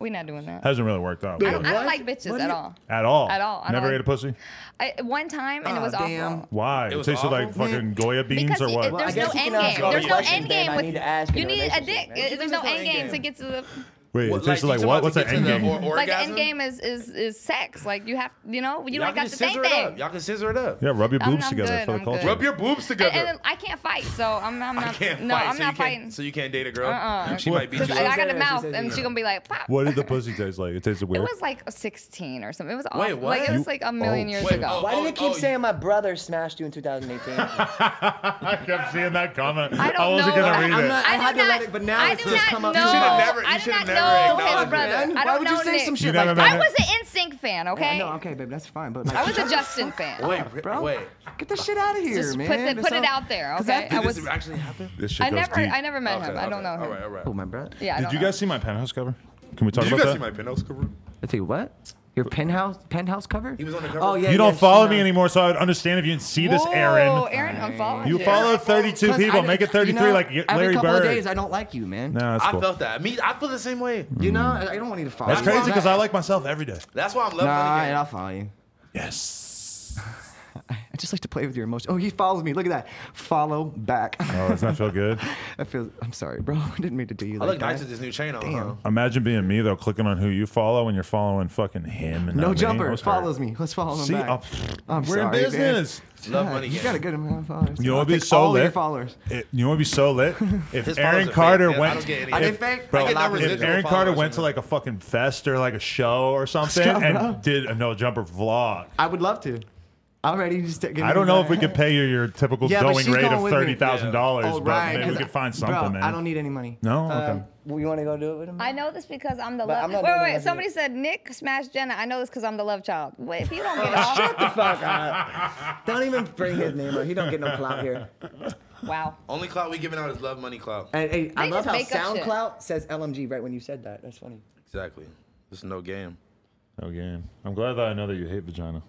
We're not doing that. Hasn't really worked out. I don't, but- I don't What? like bitches What do at you- all. At all. At all. I don't Never like- ate a pussy? I, one time and it Aw, was Ah, damn. awful. Why? It, was tastes like awful? fucking Goya beans Because or he- what? Well, I there's guess no you can end ask game. all There's the no questions end that game I with need to ask in you a need a relationship, dick. man. It- There's no What does end end game to game? get to the Wait, it tastes you like talking what? about What's to that get end to the game? or- like the end orgasm? game is is is sex. Like you have you know you Y'all can don't got the just same scissor it up. thing. Y'all can scissor it up. Yeah, rub your I'm- boobs I'm together good, for the I'm culture. good. Rub your boobs together. And, and I can't fight, so I'm I'm not. I can't no, fight. I'm so not you fighting. Can't, so you can't date a girl. Uh-uh. She might beat Because you I, up. I got She a says mouth, it, and yeah. she's gonna be like, "Pop." What did the pussy taste like? It tasted It weird. was like 16 or something. It was awful. Wait, what? Like it You- was like a million oh, years wait, ago. oh. Why do they keep you- saying my brother smashed you in 2018? I kept seeing that comment. I don't know. I- I'm not- I do had to let it- but now I it's do just not come up. Know, You should have never- you I do should not have never acknowledged know his brother. Man, I Why don't would know you say Nick. some You shit never like met that? I was an NSYNC fan, okay? No, okay, baby, that's fine. But like, I was a Justin fan. Wait, re- bro, wait. get the shit out of here, Just man. put it, That's put it all- out there, 'Cause okay? I- I Did was this actually happen? This shit I goes never deep. I never met him. I don't know him. All right, all right. Oh, my brother. Yeah, I Did don't you know. guys see my penthouse cover? Can we talk Did you about guys that? see my penthouse cover? I think what? Your penthouse penthouse cover? He was on the cover. Oh yeah. you yeah, don't follow she, me uh, anymore, so I would understand if you didn't see this, Whoa, Aaron. Aaron unfollowed You you. followed 32 'cause I people. d- Make it you 33 know, like y- Every Larry couple Bird. of days, I don't like you, man. Nah, that's I cool. felt that. Me, I feel the same way. You know, I I don't want you to follow. That's me. crazy because I like myself every day. That's why I'm loving Nah, it and I'll again. follow you. Yes. I just like to play with your emotions. Oh, he follows me. Look at that. Follow back. Oh, does that feel good? I feel. I'm sorry, bro. I didn't mean to do you. I like look nice that. with this new chain on. Damn. huh? Imagine being me though, clicking on who you follow and you're following fucking him. And not No me. I jumper was follows hurt. me. Let's follow him See, back. I'm, I'm we're sorry, in man. business. Love God, money. You again. got a good amount of followers. You know I'll what'd be take so all lit? of your followers. It, you want to be so lit? If His Aaron followers are Carter fake, man. I went, don't get any. if, Are they fake? Bro, I get numbers if in Aaron the Carter followers, went you to know. like a fucking fest or like a show or something go, and bro. did a no jumper vlog, I would love to. I'm ready to just. I don't know if we could pay you your typical Yeah, but going she's rate going of with me. thirty thousand dollars, Oh, but right, maybe we 'cause could find something, Bro, man. I don't need any money. No? Okay. Um, well, you want to go do it with him? I know this because I'm the But love. I'm Wait, not wait, doing that wait. with Somebody said Nick smash Jenna. I know this because I'm the love child. Wait, if you don't get off, Fuck up. Don't even bring his name up. He don't get no clout here. wow. Only clout we giving out is love money clout. And hey, I They love just how make up shit. SoundCloud says LMG right when you said that. That's funny. Exactly. This is no game. okay. I'm glad that I know that you hate vagina.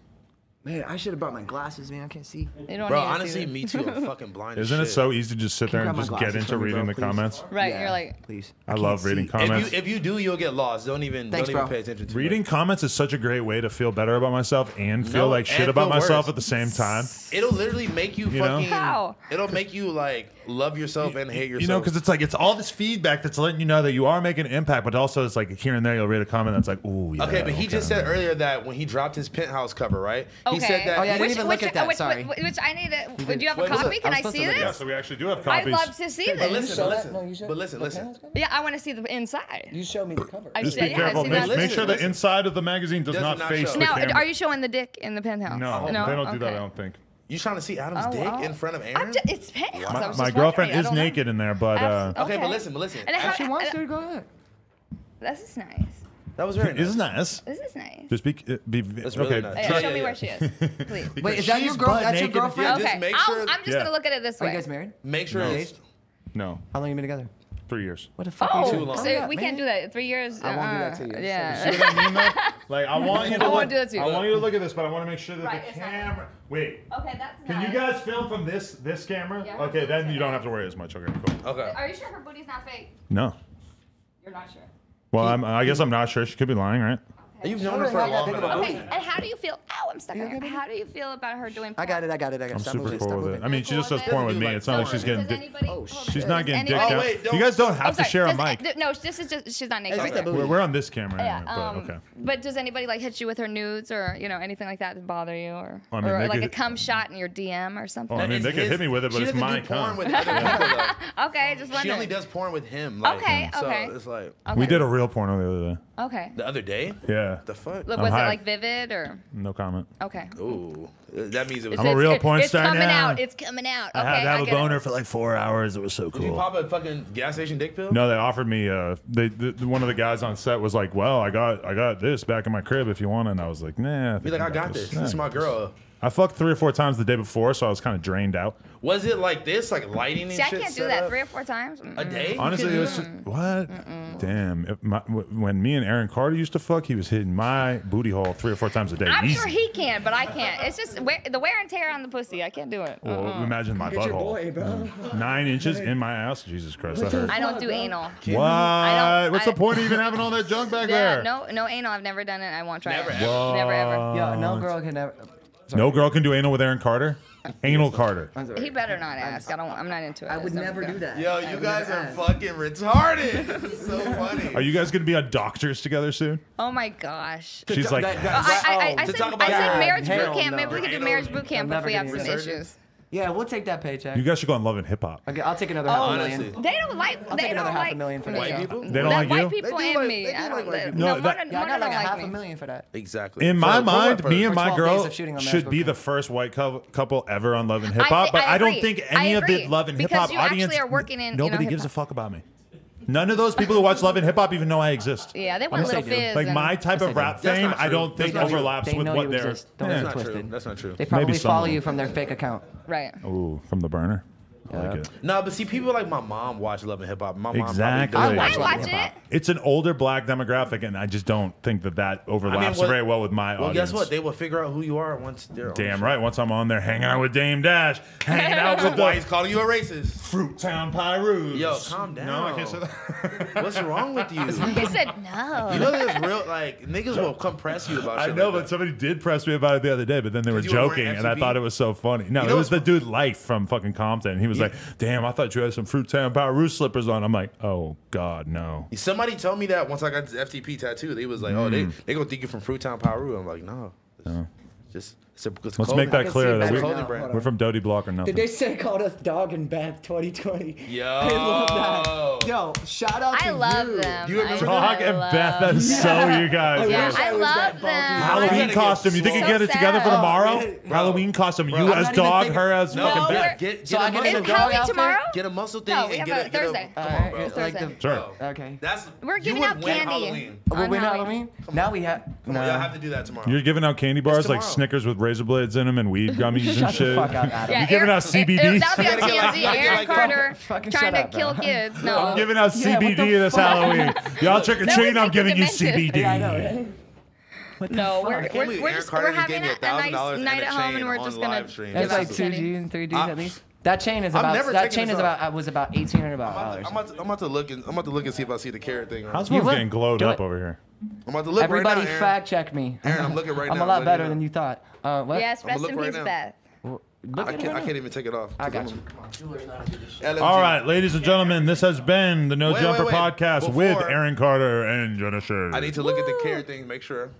Man, I should have brought my glasses, man. I can't see. You don't Bro, need to see honestly, this. me too. I'm fucking blind. as Isn't it shit. so easy to just sit Can there you and grab just my get glasses into for me, reading bro, the please? comments? Right, Yeah, you're like, please. I love can't reading see. comments. If you if you do, you'll get lost. Don't even Thanks, don't even bro. pay attention to Reading It. comments is such a great way to feel better about myself and feel No, like shit and about feel myself worse. at the same time. It'll literally make you, You know? fucking. How? It'll make you like love yourself and hate yourself. You know, because it's like it's all this feedback that's letting you know that you are making an impact, but also it's like here and there you'll read a comment that's like, "Ooh, yeah." Okay, but he just said earlier that when he dropped his penthouse cover, right? okay. He said that. Oh, yeah, I didn't which, even which, look at that, Which, sorry. Which, which I need to. Would you have a Wait, what's copy? up? Can I I was supposed see to look this? at Yeah, so we actually do have I'd copies. love to see But this. listen, showed listen. that? No, you showed- but listen, the listen. penthouse cover? Yeah, I want to see the inside. You showed me the cover. I Just said, be yeah, careful. I see Make, that. make sure the Listen. inside of the magazine does, Does not not face show. the Now, camera. are you showing the dick in the penthouse? no, they don't do that. Okay. I don't think. You trying to see Adam's Oh, dick wow. in front of Aaron? I'm just, it's penthouse. I My, was my just girlfriend wondering. I is don't oh, know. naked in there, but uh, Abs- okay, okay. but listen, but listen. And how- Actually, She wants to go ahead. This is nice. that was very. this is nice. nice. This is nice. Just be uh, be That's really okay. nice. Hey, Yeah, show yeah, me yeah. where she is, please. Wait, is that your She's girl? butt That's your naked. girlfriend? just okay, make I'll- sure- I'm just Yeah. gonna look at it this Are way. you guys married? Make sure it's No, How long have you been together? three years. What the fuck? Oh, are you Too doing? long. so Hurry up, we man. can't do that. Three years. I won't do that to you. uh-uh. I'm Yeah. See what I mean, though? Like I want you to I look, won't do that to you. I want you to look at this, but I want to make sure that Right, the it's not- camera. Wait, okay, that's can you guys film from this this camera? Yeah. okay, then you don't have to worry as much. Okay, cool. okay. Are you sure her booty's not fake? No. You're not sure. Well, I'm, I guess I'm not sure. She could be lying, right? You've known her for a Not that long big of a time. Okay, and how do you feel? Ow, I'm stuck. You in here. okay, baby? How do you feel about her doing? I got it. I got it. I got it. I'm Stop super moving. cool Stop with it. moving. I mean, she Cool just does with it? porn with me. Doesn't do It's not like like she's porn. getting Does dick. anybody? Oh, hold on. She's shit. Does not getting dick anybody- Oh, down. wait, You guys don't I'm have to sorry, share a does- mic. th- No, this is just she's not naked. just right a now. booty. We're, we're on this camera. Yeah. anyway, but, um, okay. But does anybody like hit you with her nudes or you know anything like that that bother you or I mean, they or like could- a cum shot in your DM or something? Oh, I mean, It's they could his- hit me with it, but she it's doesn't my do porn cum. with other people. though. okay, just She wondering. only does porn with him. Like, Okay, so okay. It's like Okay. We did a real porno the other day. Okay. the other day. Yeah. The fuck? Look, I'm was it high. like vivid or No comment. okay? Ooh, that means it was. I'm a It's- real it- porn it's star coming now. out. It's coming out. I Okay, had to have a get it. boner for like four hours. It was so Did you cool. pop a fucking gas station dick pill? No, they offered me. Uh, they the, the- one of the guys on set was like, "Well, I got I got this back in my crib if you want," it." and I was like, "Nah." I Be think like, I got this. This is Yeah. my girl. I fucked three or four times the day before, so I was kind of drained out. Was it like this, like lighting and See, I shit can't do set that up? three or four times. Mm-mm. a day. You Honestly, couldn't it do was just what? Damn! If my, w- when me and Aaron Carter used to fuck, he was hitting my booty hole three or four times a day. I'm Easy. sure he can, but I can't. It's just wear, the wear and tear on the pussy. I can't do it. well, Mm-mm. imagine my Get your butthole. boy, Mm. bro. Nine inches in my ass. Jesus Christ, that hurt. I don't do anal. What? I don't- What's I- the point of even having all that junk back Yeah, there? no, no anal. I've never done it. I won't try Never it. ever. Never ever. Yeah, Uh, no girl can ever. No girl can do anal with Aaron Carter. Anal Carter. I'm sorry. He better not ask. I don't. I'm not into it. I would It's no never go. do that. Yo, I you would guys never are ask. fucking retarded. This is so funny. Are you guys gonna be on Doctors together soon? Oh my gosh. She's That- like, that- Oh, that- I, I, I, I To said, talk about I said God, marriage hell boot camp. no. Maybe we could do Anal- marriage boot camp I'm if we have never some getting issues. Yeah, we'll take that paycheck. you guys should go on Love and Hip Hop. okay, I'll take another half a Honestly. million. They don't like. I'll they take don't another half like a million for that. White yeah. people? They don't that like white you? people They do and like- me. they do I don't. like white people. no, No, Mona- that- Yeah, I Mona got don't like a like half me. a million for that. Exactly. In my For- for what mind, me purpose? and For my 12 days girl of shooting on should Mashburn be Camp. the first white cou- couple ever on Love and Hip I Hop, thi- but I I, don't agree. think I any of the agree, Love and Hip because Hop you audience. actually are working in, you know, nobody gives a hip-hop. fuck about me. None of those people who watch Love and Hip Hop even know I exist. Yeah, they Yes, want they little do. fizz. Like and- my type Yes, of they rap do. That's fame, not I true. don't That's think not true. overlaps They with know what you they're. exist. Don't Yeah. get it That's not true. twisted. That's not true. They probably some follow of you them. from their fake account. right. Ooh, from the burner. I like Yeah. it. No, but see, people like my mom watch Love and Hip Hop. My mom Exactly. Probably I does. watch it. It's an older black demographic, and I just don't think that that overlaps what- very well with my Well, audience. guess what? They will figure out who you are once they're on Damn the right. Once I'm on there hanging out with Dame Dash, hanging out show. with Why he's the calling you a racist? Fruit Town Pyrus. Yo, calm down. No, I can't say that. What's wrong with you? He said You no. know there's real like niggas will compress you about. I Shit know, like but somebody did press me about it the other day, but then they were you were wearing joking, and I FCB? thought it was so funny. No, You it know was the what's- dude Life from fucking Compton. He was like, "Damn, I thought you had some Fruit Town Pyrus slippers on." I'm like, "Oh God, no." that. somebody told me that once I got this FTP tattoo, they was like, "Oh, they Mm. they gonna think you from Fruitown Paru." I'm like, no, it's just it's a, it's Let's clothing. make that can clear see that that we, right now. Hold we're from Dodie Block or nothing. Did they say called us dog and back 2020? Yo. I love that. Yo, shout out to I love you. them. You remember I Dog and love- Beth, that's so you Oh, guys. Yeah, wish I I was love that bulky. them. gotta Halloween get costume. You think you so get it together for sad. tomorrow? Bro. Halloween costume. You Bro. I'm as not even dog, thinking- her as No, fucking we're- Beth. get, get, So a I get muscle- Is the dog Halloween outfit? tomorrow? get a muscle thing No, we and have get a a, get a- Thursday. come All on, right, bro. it's like the- Sure. Bro, Okay. That's We're you giving would out win candy. Halloween. On Well, we not Halloween. Halloween. Now we have. Come no. on, y'all have to do that tomorrow. You're giving out candy bars like tomorrow. Snickers with razor blades in them and weed gummies and Shut the shit. fuck up, Adam. Yeah, You giving Aaron- out CBD? That'll be on You gotta get like- TMZ. you gotta get Aaron like Carter fucking- fucking shut trying to up, kill bro. kids. No. I'm giving out Yeah, what CBD the this fuck? Halloween. Y'all trick or That treat, was I'm like giving you dementia. CBD. Yeah, I know, right? No, we're, can't we're, believe we're Aaron just Carter we're just having gave me a, a nice $1,000 and night a at home, chain and we're on just gonna live stream. give That's That's out like two candy. G and three Gs I- at least. That chain is about. never That taking chain this is off. about. I was about eighteen hundred dollars. I'm about, to, I'm about to look and I'm about to look and see if I see the carrot thing. Right How's now. Wolf would. getting glowed Do up it. over here? I'm about to look Everybody right now. Aaron. fact check me. Aaron, I'm looking right I'm now. Look a lot at better it. than you thought. Uh, what? Yes, I'ma rest look in right peace, now. Beth. Look I at can't, I it. can't even take it off. I got you. All right, ladies and gentlemen, this has been the No Wait, wait, Jumper wait. podcast with Before- Aaron Carter and Jenna Sherry. I need to look at the carrot thing, make sure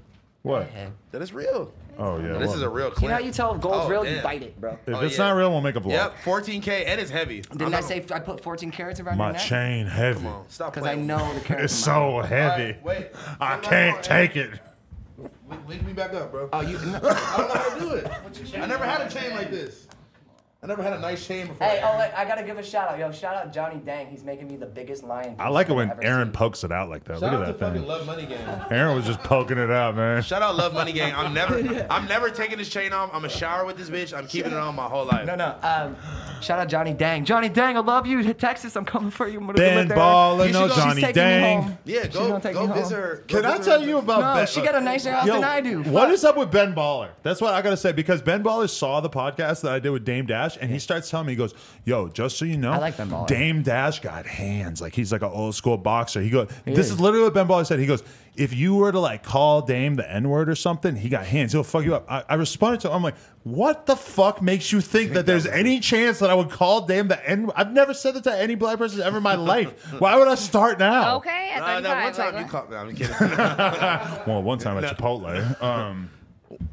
What? that it's real. Oh, yeah. This well, is a real You know clamp. how you tell if gold's Oh, real? You damn. bite it, bro. If Oh, it's yeah. not real, we'll make a vlog. Yep, 14k and it's heavy. I'm Didn't I not- say I put 14 carats around My your neck? chain heavy. Come on, Stop Because I playing. know the carats. It's are mine. so heavy. All right, wait. I Come can't on, take it. Link- Link me back up, bro. Oh, you. I don't know how to do it. I never had a chain like this. I never had a nice chain before. Hey, oh, wait, I gotta give a shout out. Yo, shout out Johnny Dang. He's making me the biggest lion. I like it I've when ever Aaron seen. pokes it out like that. Look Shout out to at that fucking thing. Love Money Gang. Aaron was just poking it out, man. Shout out Love Money Gang. I'm never, I'm never taking this chain off. I'm gonna shower with this bitch. I'm keeping it on my whole life. No, no. Um, shout out Johnny Dang. Johnny Dang, I love you. Hit Texas, I'm coming for you. I'm gonna go Ben live there. Baller, You no should go- she's Johnny taking me Dang. home. Yeah, She's go, gonna take go me home. visit her. Can go I visit tell her. you about No, Ben? she got a nicer house Yo, than I do. What Fuck. is up with Ben Baller? That's what I gotta say because Ben Baller saw the podcast that I did with Dame Dash, and he starts telling me, he goes, "Yo, just so you know, I like Ben Baller. Dame Dash got hands. Like he's like an old school boxer. He goes, this is is. literally what Ben Baller said. He goes, if you were to like call Dame the N word or something, he got hands. He'll fuck you up. I, I responded to him. I'm like, what the fuck makes you think that there's any chance that I would call Dame the N? I've never said that to any black person ever in my life. Why would I start now? Okay, at Uh, 35. that one time like, you what? caught me. I'm kidding. Well, one time at Chipotle. Um,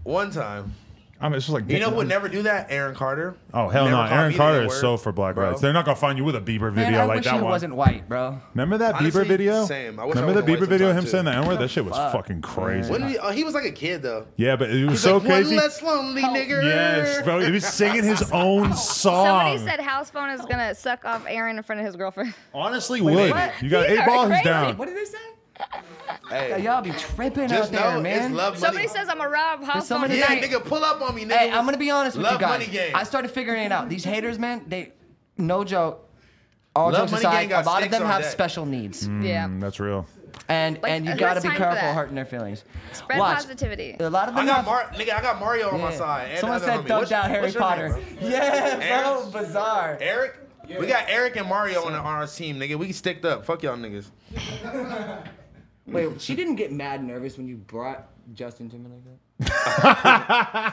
one time. I mean, it's just like You know who would never do that? Aaron Carter. Oh hell Never no! caught Aaron me the Carter is N-word, so for black bro. rights. They're not gonna find you with a Bieber video Man, I like wish that he one. wasn't white, bro. Remember that Honestly, Bieber video? same. I wish I Remember was the a white Bieber video? Him sometimes, saying too. the N word? That shit was fucking crazy. When did he, oh, he was like a kid though. Yeah, but it was He's so like, crazy. One less Oh. lonely nigger. Yes, bro. He was singing his own Somebody song. said house phone is gonna suck off Aaron in front of his girlfriend. Honestly, would What? you got These eight are ball? He's crazy. down. What did they say? Hey, Y'all be tripping just out there, know man. it's love money. Somebody says I'm a rob house somebody- phone yeah, tonight. nigga, pull up on me, nigga. Hey, I'm gonna be honest with love you guys. Money game. I started figuring it out. These haters, man, they no joke. All Love Money jokes Gang aside, a got lot of sticks them on have deck. Mm-hmm. special needs, Yeah. Mm, that's real. and Like, and you there's gotta be time for careful that. hurting their feelings. Spread Watch. positivity. A lot of I them got have. Mar- nigga, I got Mario on my Yeah. side. and Someone the said other homie. What's- dubbed out Harry what's your name, Potter. bro? yeah, bro, Aaron's- bizarre. Eric? We got Eric and Mario on, the, on our team, nigga. We sticked up. Fuck y'all niggas. Wait, she didn't get mad nervous when you brought Justin Timberlake up?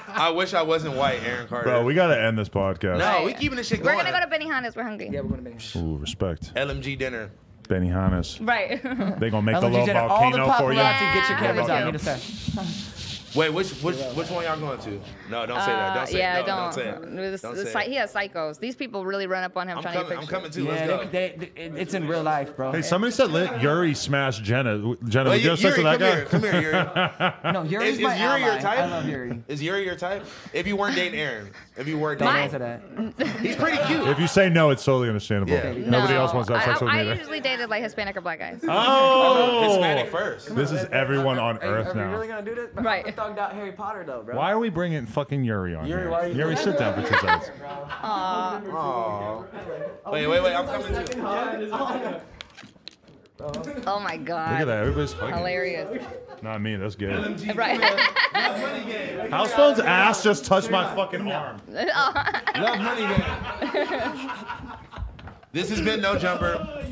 I wish I wasn't white, Aaron Carter. Bro, we gotta end this podcast. no, we keeping this shit We're going. gonna go to Benihana's. We're hungry. Yeah, we're gonna make Ooh, respect. LMG dinner. Benny Hannes. Right. They gonna make I the love you little did it. All the volcano for paparazzi you. Yeah. get your cameras out. Yeah. Need to say. Wait, which which which one y'all going to? No, don't say that. Uh, Don't say yeah, no, don't. say it. This- Don't this say psy- it. he has psychos. These people really run up on him I'm trying to coming. get I'm pictures. coming too. Yeah, Let's go. they, they, it- it's in real life, bro. Hey, somebody said let Yuri smash Jenna. Jenna, Wait, would you have sex Yuri, with that come guy? here. Come here, Yuri. no, Yuri's Is, is my Yuri your ally. type? I love Yuri. Is Yuri your type? If you weren't dating Aaron, if you weren't Don't dating, answer that. he's pretty cute. If you say no, it's totally understandable. Yeah. No. Nobody else wants to have I- sex with I, me. I either. usually dated like Hispanic or black guys. Oh, Hispanic first. This is everyone on Are, Earth are we now. really gonna do this? But Right. I thugged out Harry Potter though, bro. Why are we bringing fucking Yuri on Yuri, here? why are you- Yuri, sit down for two seconds. Wait, wait, wait. I'm coming too. Oh my Look at god. that. Everybody's fucking. Hilarious. Not me. That's good. Right. House phone's ass just touched my fucking arm. Love money game. This has been no jumper.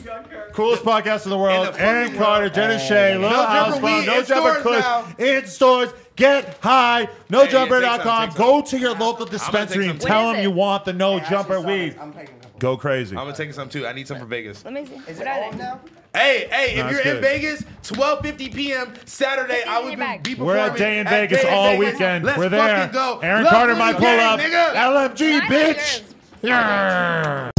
Coolest podcast in the In world. the Aaron fucking Carter, world. Jenna Shea, Lil Jumper House Phone, Weed No in Jumper stores Kush, now. in stores. Get high. yeah, take some, NoJumper.com. take some. Go to your local dispensary some and too. tell What is them it? you want the No Jumper weed. I'm taking a couple. Go crazy. I'm gonna take some too. I need some for Vegas. Let me see. Is it what are old they? now? Hey, hey, No, if it's you're good. in Vegas, 12:50 p.m. Saturday, Get these I in will be, your bag. be We're at performing Day in Vegas Day in all Vegas. weekend. Let's We're there. fucking go. Aaron Love Carter money might pull up. gang, nigga. LFG, Nigga. bitch. Yeah.